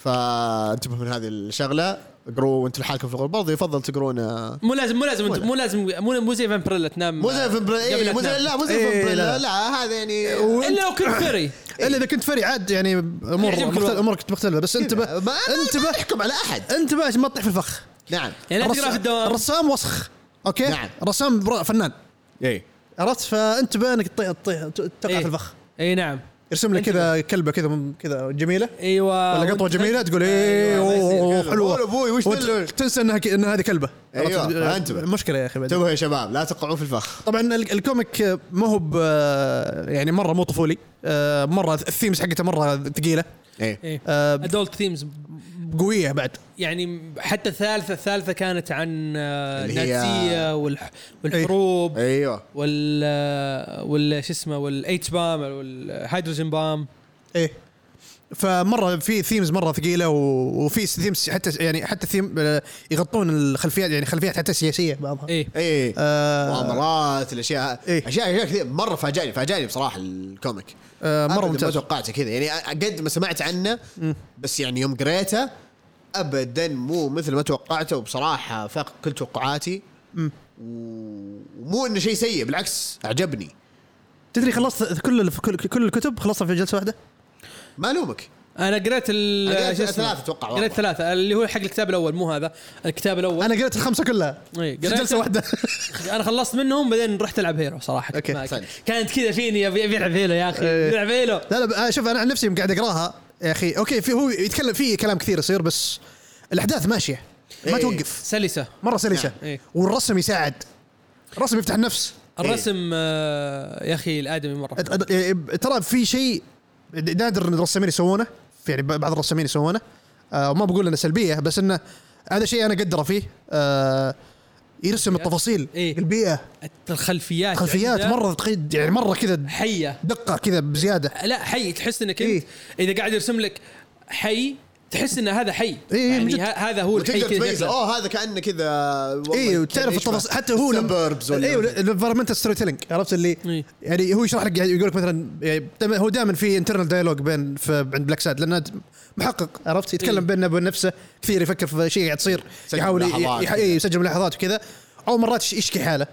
فانتبهوا من هذه الشغله اقروا وانتم لحالكم في الغرفه برضه يفضل تقرونه مو لازم مو لازم أنت- ولا. مو لازم مو مو زي فامبريلا تنام مو زي في بريل قبل إيه، لا مو زي تنام. لا مو زي إيه، في بريل لا. لا هذا يعني الا لو كنت فري إيه. الا اذا كنت فري عاد يعني امور يعجبك مختلف- الوضع. امورك مختلفه بس انتبه ما- ما انتبه احكم على احد انتبه عشان ما تطيح في الفخ نعم يعني لا الرس- تقرا في الدوام الرسام وسخ اوكي نعم. رسام بر- فنان اي إيه. عرفت فانتبه انك تطيح تطيح تقع إيه. في الفخ اي نعم يرسم لك كذا كلبه كذا من- كذا جميله ايوه ولا قطوه وأنت- جميله تقول ايه أيوة، ما يصير. أوه، كذا. حلوه قول أبوي، وش وت- دلوي؟ تنسى انها ك- ان هذه كلبه أيوة، عرفت؟ فأنتبه. مشكله يا اخي بعدين. انتبهوا يا شباب لا تقعوا في الفخ طبعا ال- الكوميك ما هو ب- يعني مره مو طفولي آه، مره الثيمز حقته مره ثقيله اي ايه آه، ادولت ثيمز قويه بعد يعني حتى الثالثه الثالثه كانت عن آه، اللي هي- إيه. النازيه والح... والحروب ايوه وال آه، وال شو اسمه والاتش بام والهيدروجين بام ايه فمره في ثيمز مره ثقيله و- وفي ثيمز حتى يعني حتى ثيم آه، يغطون الخلفيات يعني خلفيات حتى سياسيه بعضها ايه اي آه. إيه. مؤامرات الاشياء إيه. اشياء اشياء كثير مره فاجأني فاجأني بصراحه الكوميك آه، أبداً مره ما ممتاز توقعته كذا يعني قد ما سمعت عنه بس يعني يوم قريته ابدا مو مثل ما توقعته وبصراحه فاق كل توقعاتي و- ومو انه شيء سيء بالعكس اعجبني تدري خلصت كل كل كل الكتب خلصتها في جلسه واحده ما الومك انا قريت ال أنا قريت شو اسمه؟ ثلاثة أتوقع والله. قريت ثلاثه اللي هو حق الكتاب الاول مو هذا الكتاب الاول انا قريت الخمسه كلها إيه، في قريتها. جلسه واحده انا خلصت منهم بعدين رحت العب هيرو صراحه أوكي، ما- صدق. كانت كذا فيني ابي أبي العب هيلو يا اخي إيه. العب هيلو لا لا ب- شوف انا عن نفسي يوم قاعد اقراها يا اخي اوكي في هو يتكلم في كلام كثير يصير بس الاحداث ماشيه ما إيه. توقف سلسه مره سلسه نعم. إيه. والرسم يساعد الرسم يفتح النفس الرسم آه، يا اخي الادمي مره أد- أد- إيه، ترى في شيء نادر ان الرسامين يسوونه في- يعني بعض الرسامين يسوونه آه وما بقول انه سلبيه بس انه هذا شيء انا اقدره فيه آه يرسم التفاصيل إيه. البيئه الخلفيات خلفيات عنده مره دقيق- يعني مره كذا حيه دقه كذا بزياده لا حي تحس انك انت إيه. اذا قاعد يرسم لك حي تحس ان هذا حي إيه، إيه، من يعني جد. ه- هذا هو الحي وتقدر كذا تميزه شكله. اوه هذا كانه كذا اي إيه، وتعرف التفاصيل حتى هو السبربز ولا ايوه الانفيرمنتال ستوري تيلينج عرفت اللي إيه. يعني هو يشرح لك يعني يقول لك مثلا يعني دايماً- هو دائما في انترنال دايلوج بين في عند بلاك ساد لانه محقق عرفت يتكلم إيه. بينه وبين نفسه كثير يفكر في شيء قاعد يصير يسجل يحاول ي- ملاحظات يح- وكذا. إيه، يسجل ملاحظات وكذا او مرات يش- يشكي حاله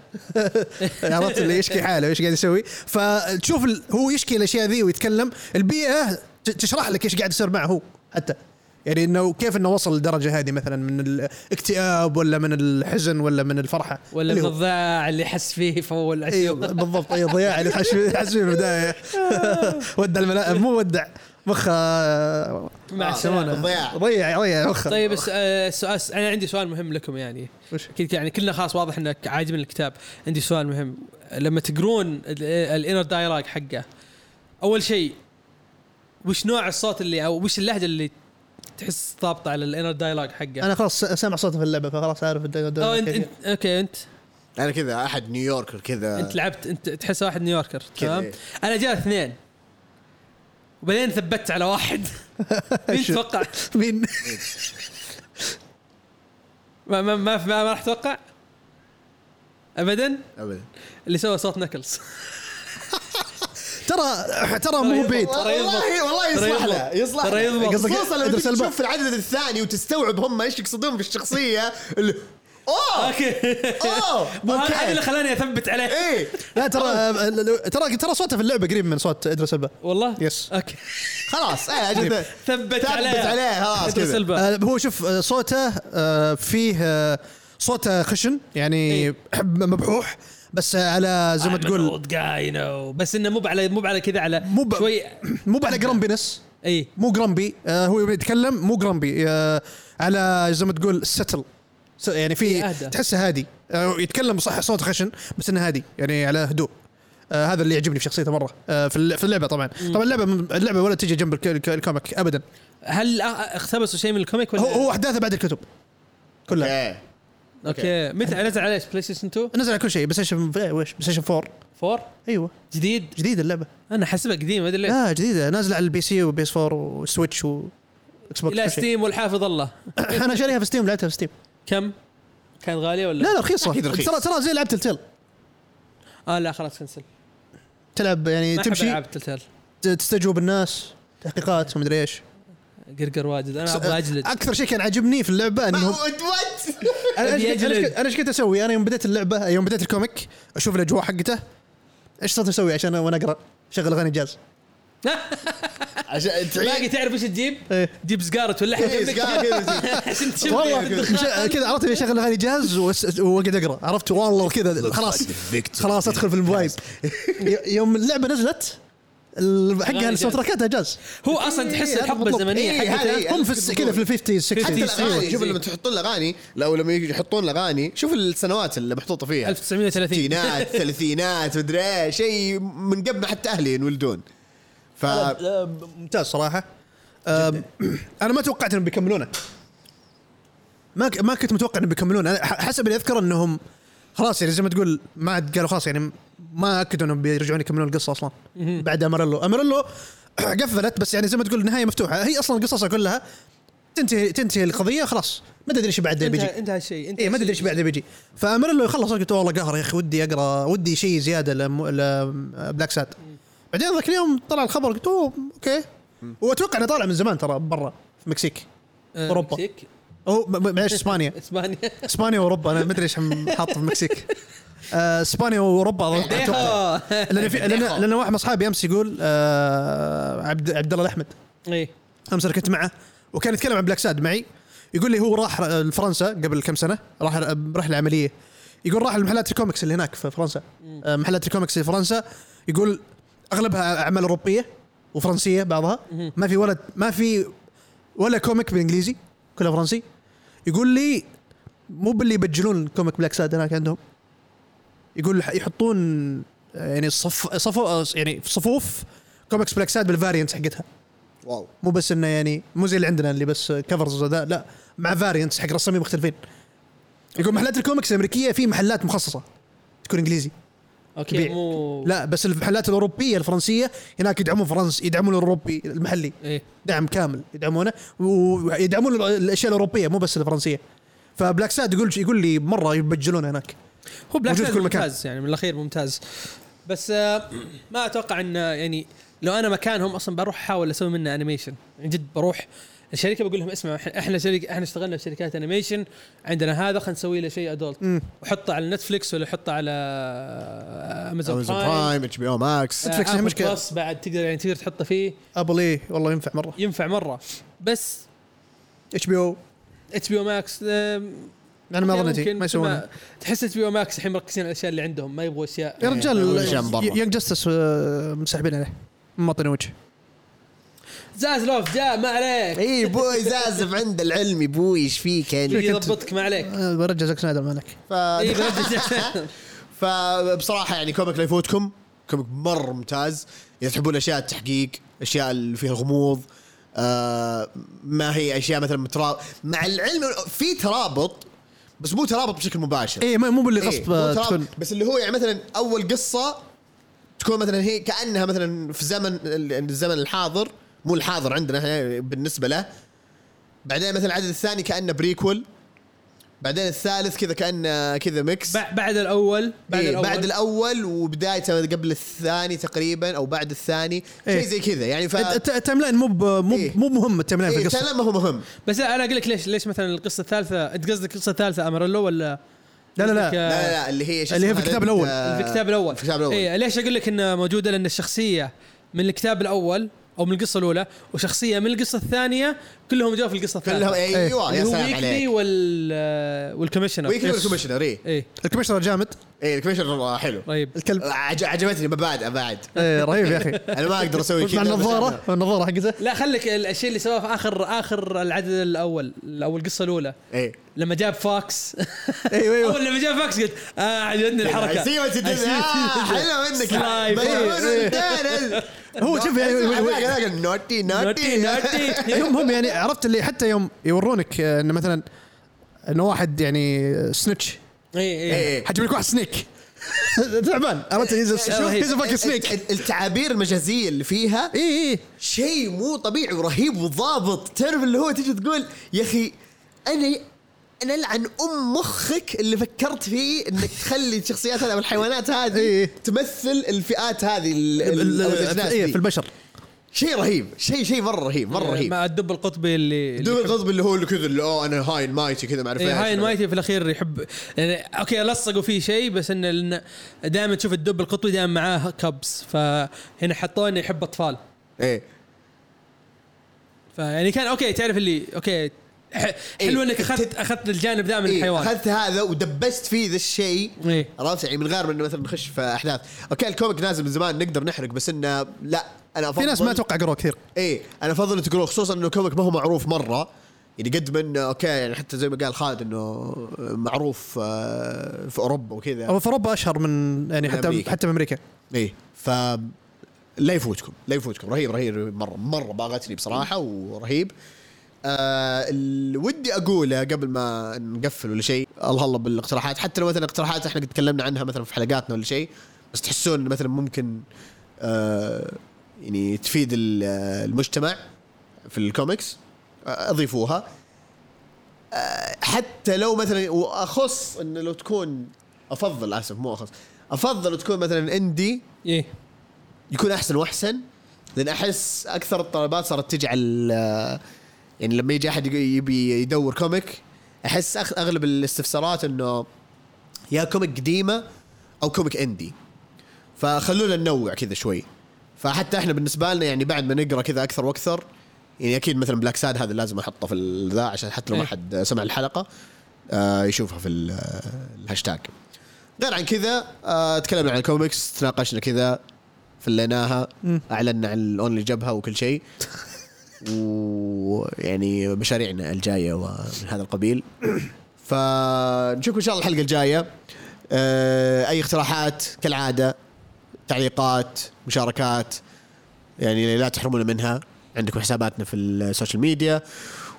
عرفت اللي يشكي حاله وايش قاعد يسوي فتشوف ال- هو يشكي الاشياء ذي ويتكلم البيئه ت- تشرح لك ايش قاعد يصير معه هو حتى يعني انه كيف انه وصل للدرجه هذه مثلا من الاكتئاب ولا من الحزن ولا من الفرحه ولا اللي هو- من الضاع اللي حس فيه في اول ايوه عشر بالضبط اي ضياع اللي حش فيه حش فيه في البدايه ودع الملائكه مو ودع مخه السلامه مع السلامه ضياع ضيع ضيع مخه طيب الس- آه، السؤال انا عندي سؤال مهم لكم يعني وش؟ اكيد يعني كلنا خلاص واضح انك عاجبنا الكتاب عندي سؤال مهم لما تقرون الانر دايلاج حقه اول شيء وش نوع الصوت اللي او وش اللهجه اللي تحس ضابطه على الانر دايلاج حقه انا خلاص سامع صوته في اللعبه فخلاص عارف الد- الد- أو انت كيف- انت اوكي انت انا كذا احد نيويوركر كذا انت لعبت انت تحس واحد نيويوركر كذا، تمام إيه. انا جاء اثنين وبعدين ثبت على واحد مين شو؟ تتوقع مين ما ما ما, ما, ما راح تتوقع ابدا ابدا اللي سوى صوت نكلز ترى ترى طيب. مو بيت ترى يضبط. والله والله يصلح ترى يضبط. له يصلح ترى له يضبط. خصوصا لما تيجي ادرس الباب. تشوف العدد الثاني وتستوعب هم ايش يقصدون بالشخصيه اللي اوه اوكي اوه وهذا هذا اللي اوكي خلاني اثبت عليه ايه لا ترى آه، لو- ترى ترى صوته في اللعبه قريب من صوت ادريس البا والله يس. اوكي خلاص ايه أجل طيب. ثبت عليه طيب، ثبت عليه خلاص ادرس كذا الباب آه، هو شوف آه، صوته آه، فيه آه، صوته خشن يعني إيه. حب- مبحوح بس آه، على زي ما تقول بس انه مو على مو على كذا على مو ب- شوي مو على جرامبينس اي مو جرامبي آه، هو بيتكلم مو جرامبي آه، على زي ما تقول ستل س- يعني إيه، في أهدى. تحسه هادي آه، يتكلم صح صوت خشن بس انه هادي يعني على هدوء آه، هذا اللي يعجبني في شخصيته مره آه، في الل- في اللعبه طبعا طبعا اللعبه اللعبه ولا تجي جنب الك- الك- الكوميك ابدا هل أ- اقتبسوا شيء من الكوميك ولا هو هو احداثه بعد الكتب كلها إيه. اوكي متى نزل على ايش بلاي ستيشن 2 نزل على كل شيء بلاي ستيشن وش بلاي ستيشن 4 4 ايوه جديد جديده اللعبه انا حاسبها قديم ما ادري ليش لا جديده نازله آه، على البي سي وبيس 4 وسويتش واكس بوكس الى وكل شيء. ستيم والحافظ الله انا شاريها في ستيم لعبتها في ستيم كم كانت غاليه ولا لا لا رخيصه أكيد رخيص. ترى ترى زي لعبه تلتيل اه لا خلاص كنسل تلعب يعني ما تمشي تمشي العاب تلتال ت- تستجوب الناس تحقيقات ومدري ايش قرقر واجد انا ابغى اجلد اكثر شيء كان عاجبني في اللعبه ما- انهم وات- وات؟ انا أبي ايش كنت- أنا إيش أجلد. كنت- أنا ايش كنت اسوي انا يوم بديت اللعبه يوم بديت الكوميك اشوف الاجواء حقته ايش صرت اسوي عشان وانا اقرا شغل اغاني جاز عشان باقي تعيد تعرف ايش تجيب؟ إيه. تجيب سجاره تولعها إيه، جنبك سجارة كذا. عشان تشم والله مش- كذا عرفت اني اشغل اغاني جاز وأس- واقعد اقرا عرفت والله كذا خلاص خلاص ادخل في الفايب ي- يوم اللعبه نزلت ال- حقها جاز. السوبت تراكاتها جاز هو اصلا تحس إيه، هذا الحقبه مطلوب. الزمنيه إيه، حقتها هذه- هم في الس- كذا في ال 50 حتى 60 الاغاني سيوة. شوف لما تحطون الاغاني لو لما يجي يحطون الاغاني شوف السنوات اللي محطوطه فيها 1930 ستينات ثلاثينات مدري ايه شيء من قبل ما حتى اهلي ينولدون ف آه، ممتاز صراحه آه، انا ما توقعت انهم بيكملونه ما ك- ما كنت متوقع انهم بيكملون انا ح- حسب اللي اذكر انهم خلاص يعني زي ما تقول ما عاد قالوا خلاص يعني ما اكدوا انهم بيرجعون يكملون القصه اصلا بعد اماريلو اماريلو قفلت بس يعني زي ما تقول النهايه مفتوحه هي اصلا قصصها كلها تنتهي تنتهي القضيه خلاص ما تدري ايش بعد اللي بيجي انتهى انتهى الشيء انتهى اي إيه، ما تدري ايش بعد اللي بيجي فامريلو يخلص قلت والله قهر يا اخي ودي اقرا ودي شيء زياده لم... لبلاك ساد بعدين ذاك اليوم طلع الخبر قلت اوه اوكي واتوقع انه طالع من زمان ترى برا في المكسيك آه، أوروبا. مكسيك، او م- م- معليش اسبانيا اسبانيا اسبانيا واوروبا انا ما ادري ايش هم حاط في المكسيك آه، اسبانيا واوروبا اتوقع لان في لان لأن واحد من اصحابي امس يقول آه، عبد عبد الله الاحمد اي امس أنا كنت معه وكان يتكلم عن بلاك ساد معي يقول لي هو راح فرنسا قبل كم سنه راح رحله عمليه يقول راح لمحلات الكوميكس اللي هناك في فرنسا آه، محلات الكوميكس في فرنسا يقول اغلبها اعمال اوروبيه وفرنسيه بعضها ما في ولا ما في ولا كوميك بالانجليزي كلها فرنسي يقول لي مو باللي يبجلون كوميك بلاك ساد هناك عندهم يقول يحطون آه، يعني صف صفو يعني صفوف كوميكس بلاك ساد بالفارينت حقتها واو مو بس انه يعني مو زي اللي عندنا اللي بس كفرز وذا لا مع فارينتس حق رسامين مختلفين يقول محلات الكوميكس الامريكيه في محلات مخصصه تكون انجليزي اوكي بيع. مو لا بس المحلات الاوروبيه الفرنسيه هناك يدعمون فرنسا يدعمون الاوروبي المحلي اي دعم كامل يدعمونه ويدعمون الاشياء الاوروبيه مو بس الفرنسيه فبلاك ساد يقول يقول لي مره يبجلون هناك هو بلاك موجود في موجود كل مكان. ممتاز يعني من الاخير ممتاز بس آه، ما اتوقع ان يعني لو انا مكانهم اصلا بروح احاول اسوي منه انيميشن يعني جد بروح الشركه بقول لهم اسمع إح- احنا شركه احنا اشتغلنا في شركات انيميشن عندنا هذا خلينا نسوي له شيء ادولت وحطه على نتفلكس ولا حطه على امازون امازون برايم برايم اتش بي او ماكس Netflix هي آه، Apple مشكلة. Plus بعد تقدر يعني تقدر تحطه فيه ابل ايه والله ينفع مره ينفع مره بس اتش بي او اتش بي او ماكس انا ما ظنيتي ما يسوونها تحس اتش بي او ماكس الحين مركزين على الاشياء اللي عندهم ما يبغوا اشياء يا يقولون رجال أشياء من برا. يونج جاستس مسحبين عليه ما اعطينا وجه زازلوف جاء ما عليك اي بوي زازف عند العلم يا بوي ايش فيك يعني يجي يضبطك ما عليك آه. إيه، أه، برجع زاك سنايدر مالك ف... إي برجع. فبصراحه يعني كوميك لا يفوتكم كوميك مره ممتاز اذا تحبون اشياء التحقيق اشياء اللي فيها غموض آه ما هي اشياء مثلا مترابط مع العلم في ترابط بس مو ترابط بشكل مباشر اي مو باللي إيه، غصب مو أه، ترابط، تكون بس اللي هو يعني مثلا اول قصه تكون مثلا هي كانها مثلا في زمن الزمن الحاضر مو الحاضر عندنا إحنا بالنسبه له بعدين مثلا العدد الثاني كانه بريكول بعدين الثالث كذا كانه كذا ميكس بع- بعد الاول بعد بعد, إيه الاول بعد الاول وبدايته قبل الثاني تقريبا او بعد الثاني إيه. شيء زي كذا يعني ف الت- التايم لاين مو ب- مو إيه. مو مهم التايم لاين في إيه القصه ترى ما هو مهم بس لا، انا اقول لك ليش ليش مثلا القصه الثالثه انت قصدك القصه الثالثه امريلو ولا لا، لا، لا. قصدك، آه، لا لا, لا اللي هي شو اللي هي في اسمها الكتاب رد- الأول. آه، في الكتاب الاول في الكتاب الاول إيه ليش اقول لك انها موجوده لان الشخصيه من الكتاب الاول او من القصه الاولى وشخصيه من القصه الثانيه كلهم جو في القصه كلهم إيه. الثالثه ايوه اللي يا هو سلام ويكلي عليك وال آه، والكوميشنر ويكلي يس. والكوميشنر اي ايه الكوميشنر جامد اي الكوميشنر إيه، حلو طيب الكلب عج- عجبتني مبادئ بعد إيه، رهيب يا اخي انا ما اقدر اسوي كذا مع بس النظاره أنا- النظاره حقته لا خليك الشيء اللي سواه في اخر اخر العدد الاول او القصه الاولى ايه لما جاب فاكس أيوة، ايوه ايوه اول لما جاب فاكس قلت اه عجبتني إيه، الحركه عسيمة الدنيا آه، حلوة منك سلايم. بيعون إيه. الدنيا. هو شوف يعني- نوتي نوتي نوتي نوتي يوم هم يعني عرفت اللي حتى يوم يورونك آه، انه مثلا انه واحد يعني سنتش اي اي إيه. حجيب لك واحد سنيك تعبان عرفت he's a- لا، رهيب. he's a fucking ال- snake إيه، التعابير المجازية اللي فيها إيه، اي اي شيء مو طبيعي ورهيب وضابط تعرف اللي هو تجي تقول يا اخي انا انا العن ام مخك اللي فكرت فيه انك تخلي الشخصيات هذه والحيوانات هذه تمثل الفئات هذه ال- ال- أو الأجناس إيه، دي. في البشر شيء رهيب شيء شيء مره رهيب مره رهيب مع الدب القطبي اللي, دون إيه، اللي الغضب اللي هو اللي كذا اللي اوه انا هاي مايتي كذا ما اعرف إيه، إيش. هاي المايتي في الاخير يحب يعني اوكي لصقوا فيه شيء بس انه دائما تشوف الدب القطبي دائما معاه كبس فهنا حطوه انه يحب اطفال ايه فيعني يعني كان اوكي تعرف اللي اوكي ح- حلو انك اخذت اخذت الجانب ذا من إيه الحيوان اخذت هذا ودبست فيه ذا الشيء إيه. عرفت يعني من غير ما انه مثلا نخش في احداث اوكي الكوميك نازل من زمان نقدر نحرق بس انه لا انا افضل في ناس ما توقع قروه كثير ايه انا افضل تقولوا خصوصا انه الكوميك ما هو معروف مره يعني قد ما انه اوكي يعني حتى زي ما قال خالد انه معروف آه، في اوروبا وكذا او في اوروبا اشهر من يعني من حتى أمريكا. حتى من امريكا ايه ف لا يفوتكم لا يفوتكم رهيب رهيب مره مره باغتني بصراحه ورهيب آه اللي ودي اقوله قبل ما نقفل ولا شيء الله الله بالاقتراحات حتى لو مثلا اقتراحات احنا قد تكلمنا عنها مثلا في حلقاتنا ولا شيء بس تحسون إن مثلا ممكن آه يعني تفيد ال- آه، المجتمع في الكوميكس آه، اضيفوها آه، حتى لو مثلا واخص انه لو تكون افضل اسف مو اخص افضل تكون مثلا اندي ايه يكون احسن واحسن لان احس اكثر الطلبات صارت تجي على ال- يعني لما يجي احد يبي يدور كوميك احس أخ- اغلب الاستفسارات انه يا كوميك قديمه او كوميك اندي فخلونا ننوع كذا شوي فحتى احنا بالنسبه لنا يعني بعد ما نقرا كذا اكثر واكثر يعني اكيد مثلا بلاك ساد هذا لازم احطه في ال- ذا عشان حتى لو ما إيه. حد سمع الحلقه آه، يشوفها في ال- الهاشتاج غير عن كذا آه، تكلمنا عن الكوميكس تناقشنا كذا فليناها اعلنا عن الاونلي جبهه وكل شيء ويعني مشاريعنا الجايه ومن هذا القبيل فنشوفكم ان شاء الله الحلقه الجايه آه، اي اقتراحات كالعاده تعليقات مشاركات يعني لا تحرمونا منها عندكم حساباتنا في السوشيال ميديا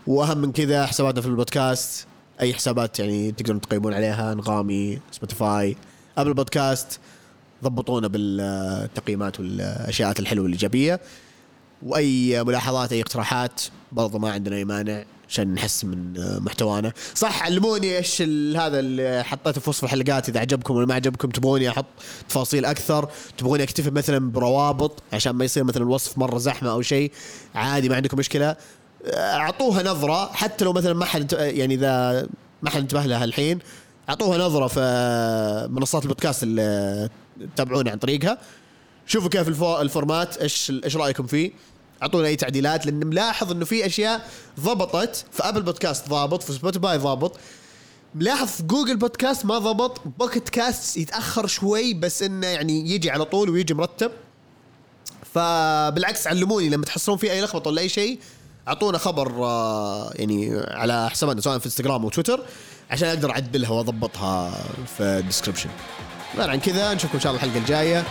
واهم من كذا حساباتنا في البودكاست اي حسابات يعني تقدرون تقيمون عليها انغامي سبوتيفاي ابل بودكاست ضبطونا بالتقييمات والاشياء الحلوه والايجابيه واي ملاحظات اي اقتراحات برضو ما عندنا اي مانع عشان نحسن من محتوانا صح علموني ايش ال- هذا اللي حطيته في وصف الحلقات اذا عجبكم ولا ما عجبكم تبغوني احط تفاصيل اكثر تبغوني اكتفي مثلا بروابط عشان ما يصير مثلا الوصف مره زحمه او شيء عادي ما عندكم مشكله اعطوها نظره حتى لو مثلا ما حد يعني اذا ما حد انتبه لها الحين اعطوها نظره في منصات البودكاست اللي تتابعونا عن طريقها شوفوا كيف الفو... الفورمات ايش ايش رايكم فيه اعطونا اي تعديلات لان ملاحظ انه في اشياء ضبطت في ابل بودكاست ضابط في سبوتيفاي ضابط ملاحظ في جوجل بودكاست ما ضبط بوكيت كاست يتاخر شوي بس انه يعني يجي على طول ويجي مرتب فبالعكس علموني لما تحصلون في اي لخبطه ولا اي شيء اعطونا خبر آه، يعني على حساباتنا سواء في انستغرام او تويتر عشان اقدر اعدلها واضبطها في الديسكربشن غير عن كذا نشوفكم ان شاء الله الحلقه الجايه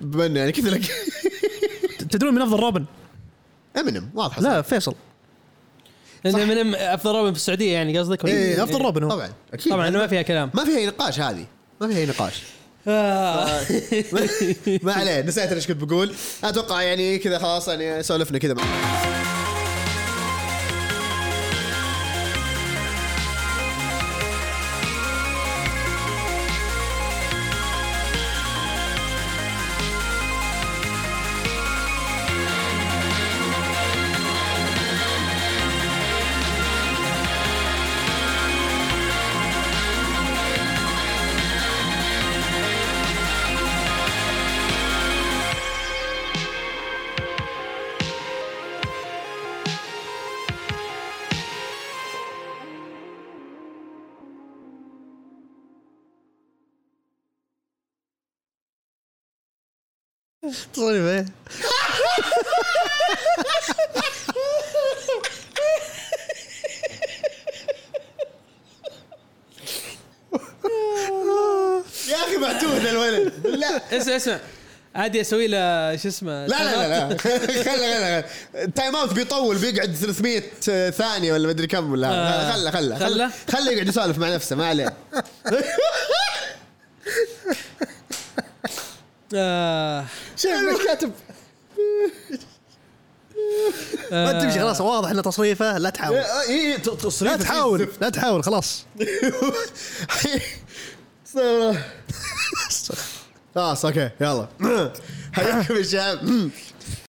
بما إنه يعني كذا لك تدرون من افضل روبن؟ امينيم واضحه لا فيصل لان من افضل روبن في السعوديه يعني قصدك ولا؟ إيه، أفضل روبن هو. طبعا اكيد طبعا ما فيها كلام ما فيها أي نقاش هذه ما فيها أي نقاش آه. ما عليه نسيت ايش كنت بقول اتوقع يعني كذا خلاص يعني سولفنا كذا مع- طيب، تصرف إيه. ايه يا اخي معتوه ذا الولد لا اسمع اسمع عادي اسوي له شو اسمه لا لا لا لا خله خله خله التايم اوت بيطول بيقعد 300 ثانيه ولا مدري كم ولا آه. خله خله خله خله؟ خله يقعد يسولف مع نفسه ما عليه آه. شوف إيش كاتب ما تمشي خلاص واضح انه تصريفه لا آه، تحاول إيه، اي اي تصريف لا تحاول لا تحاول خلاص آه، خلاص اوكي يلا حياكم يا شباب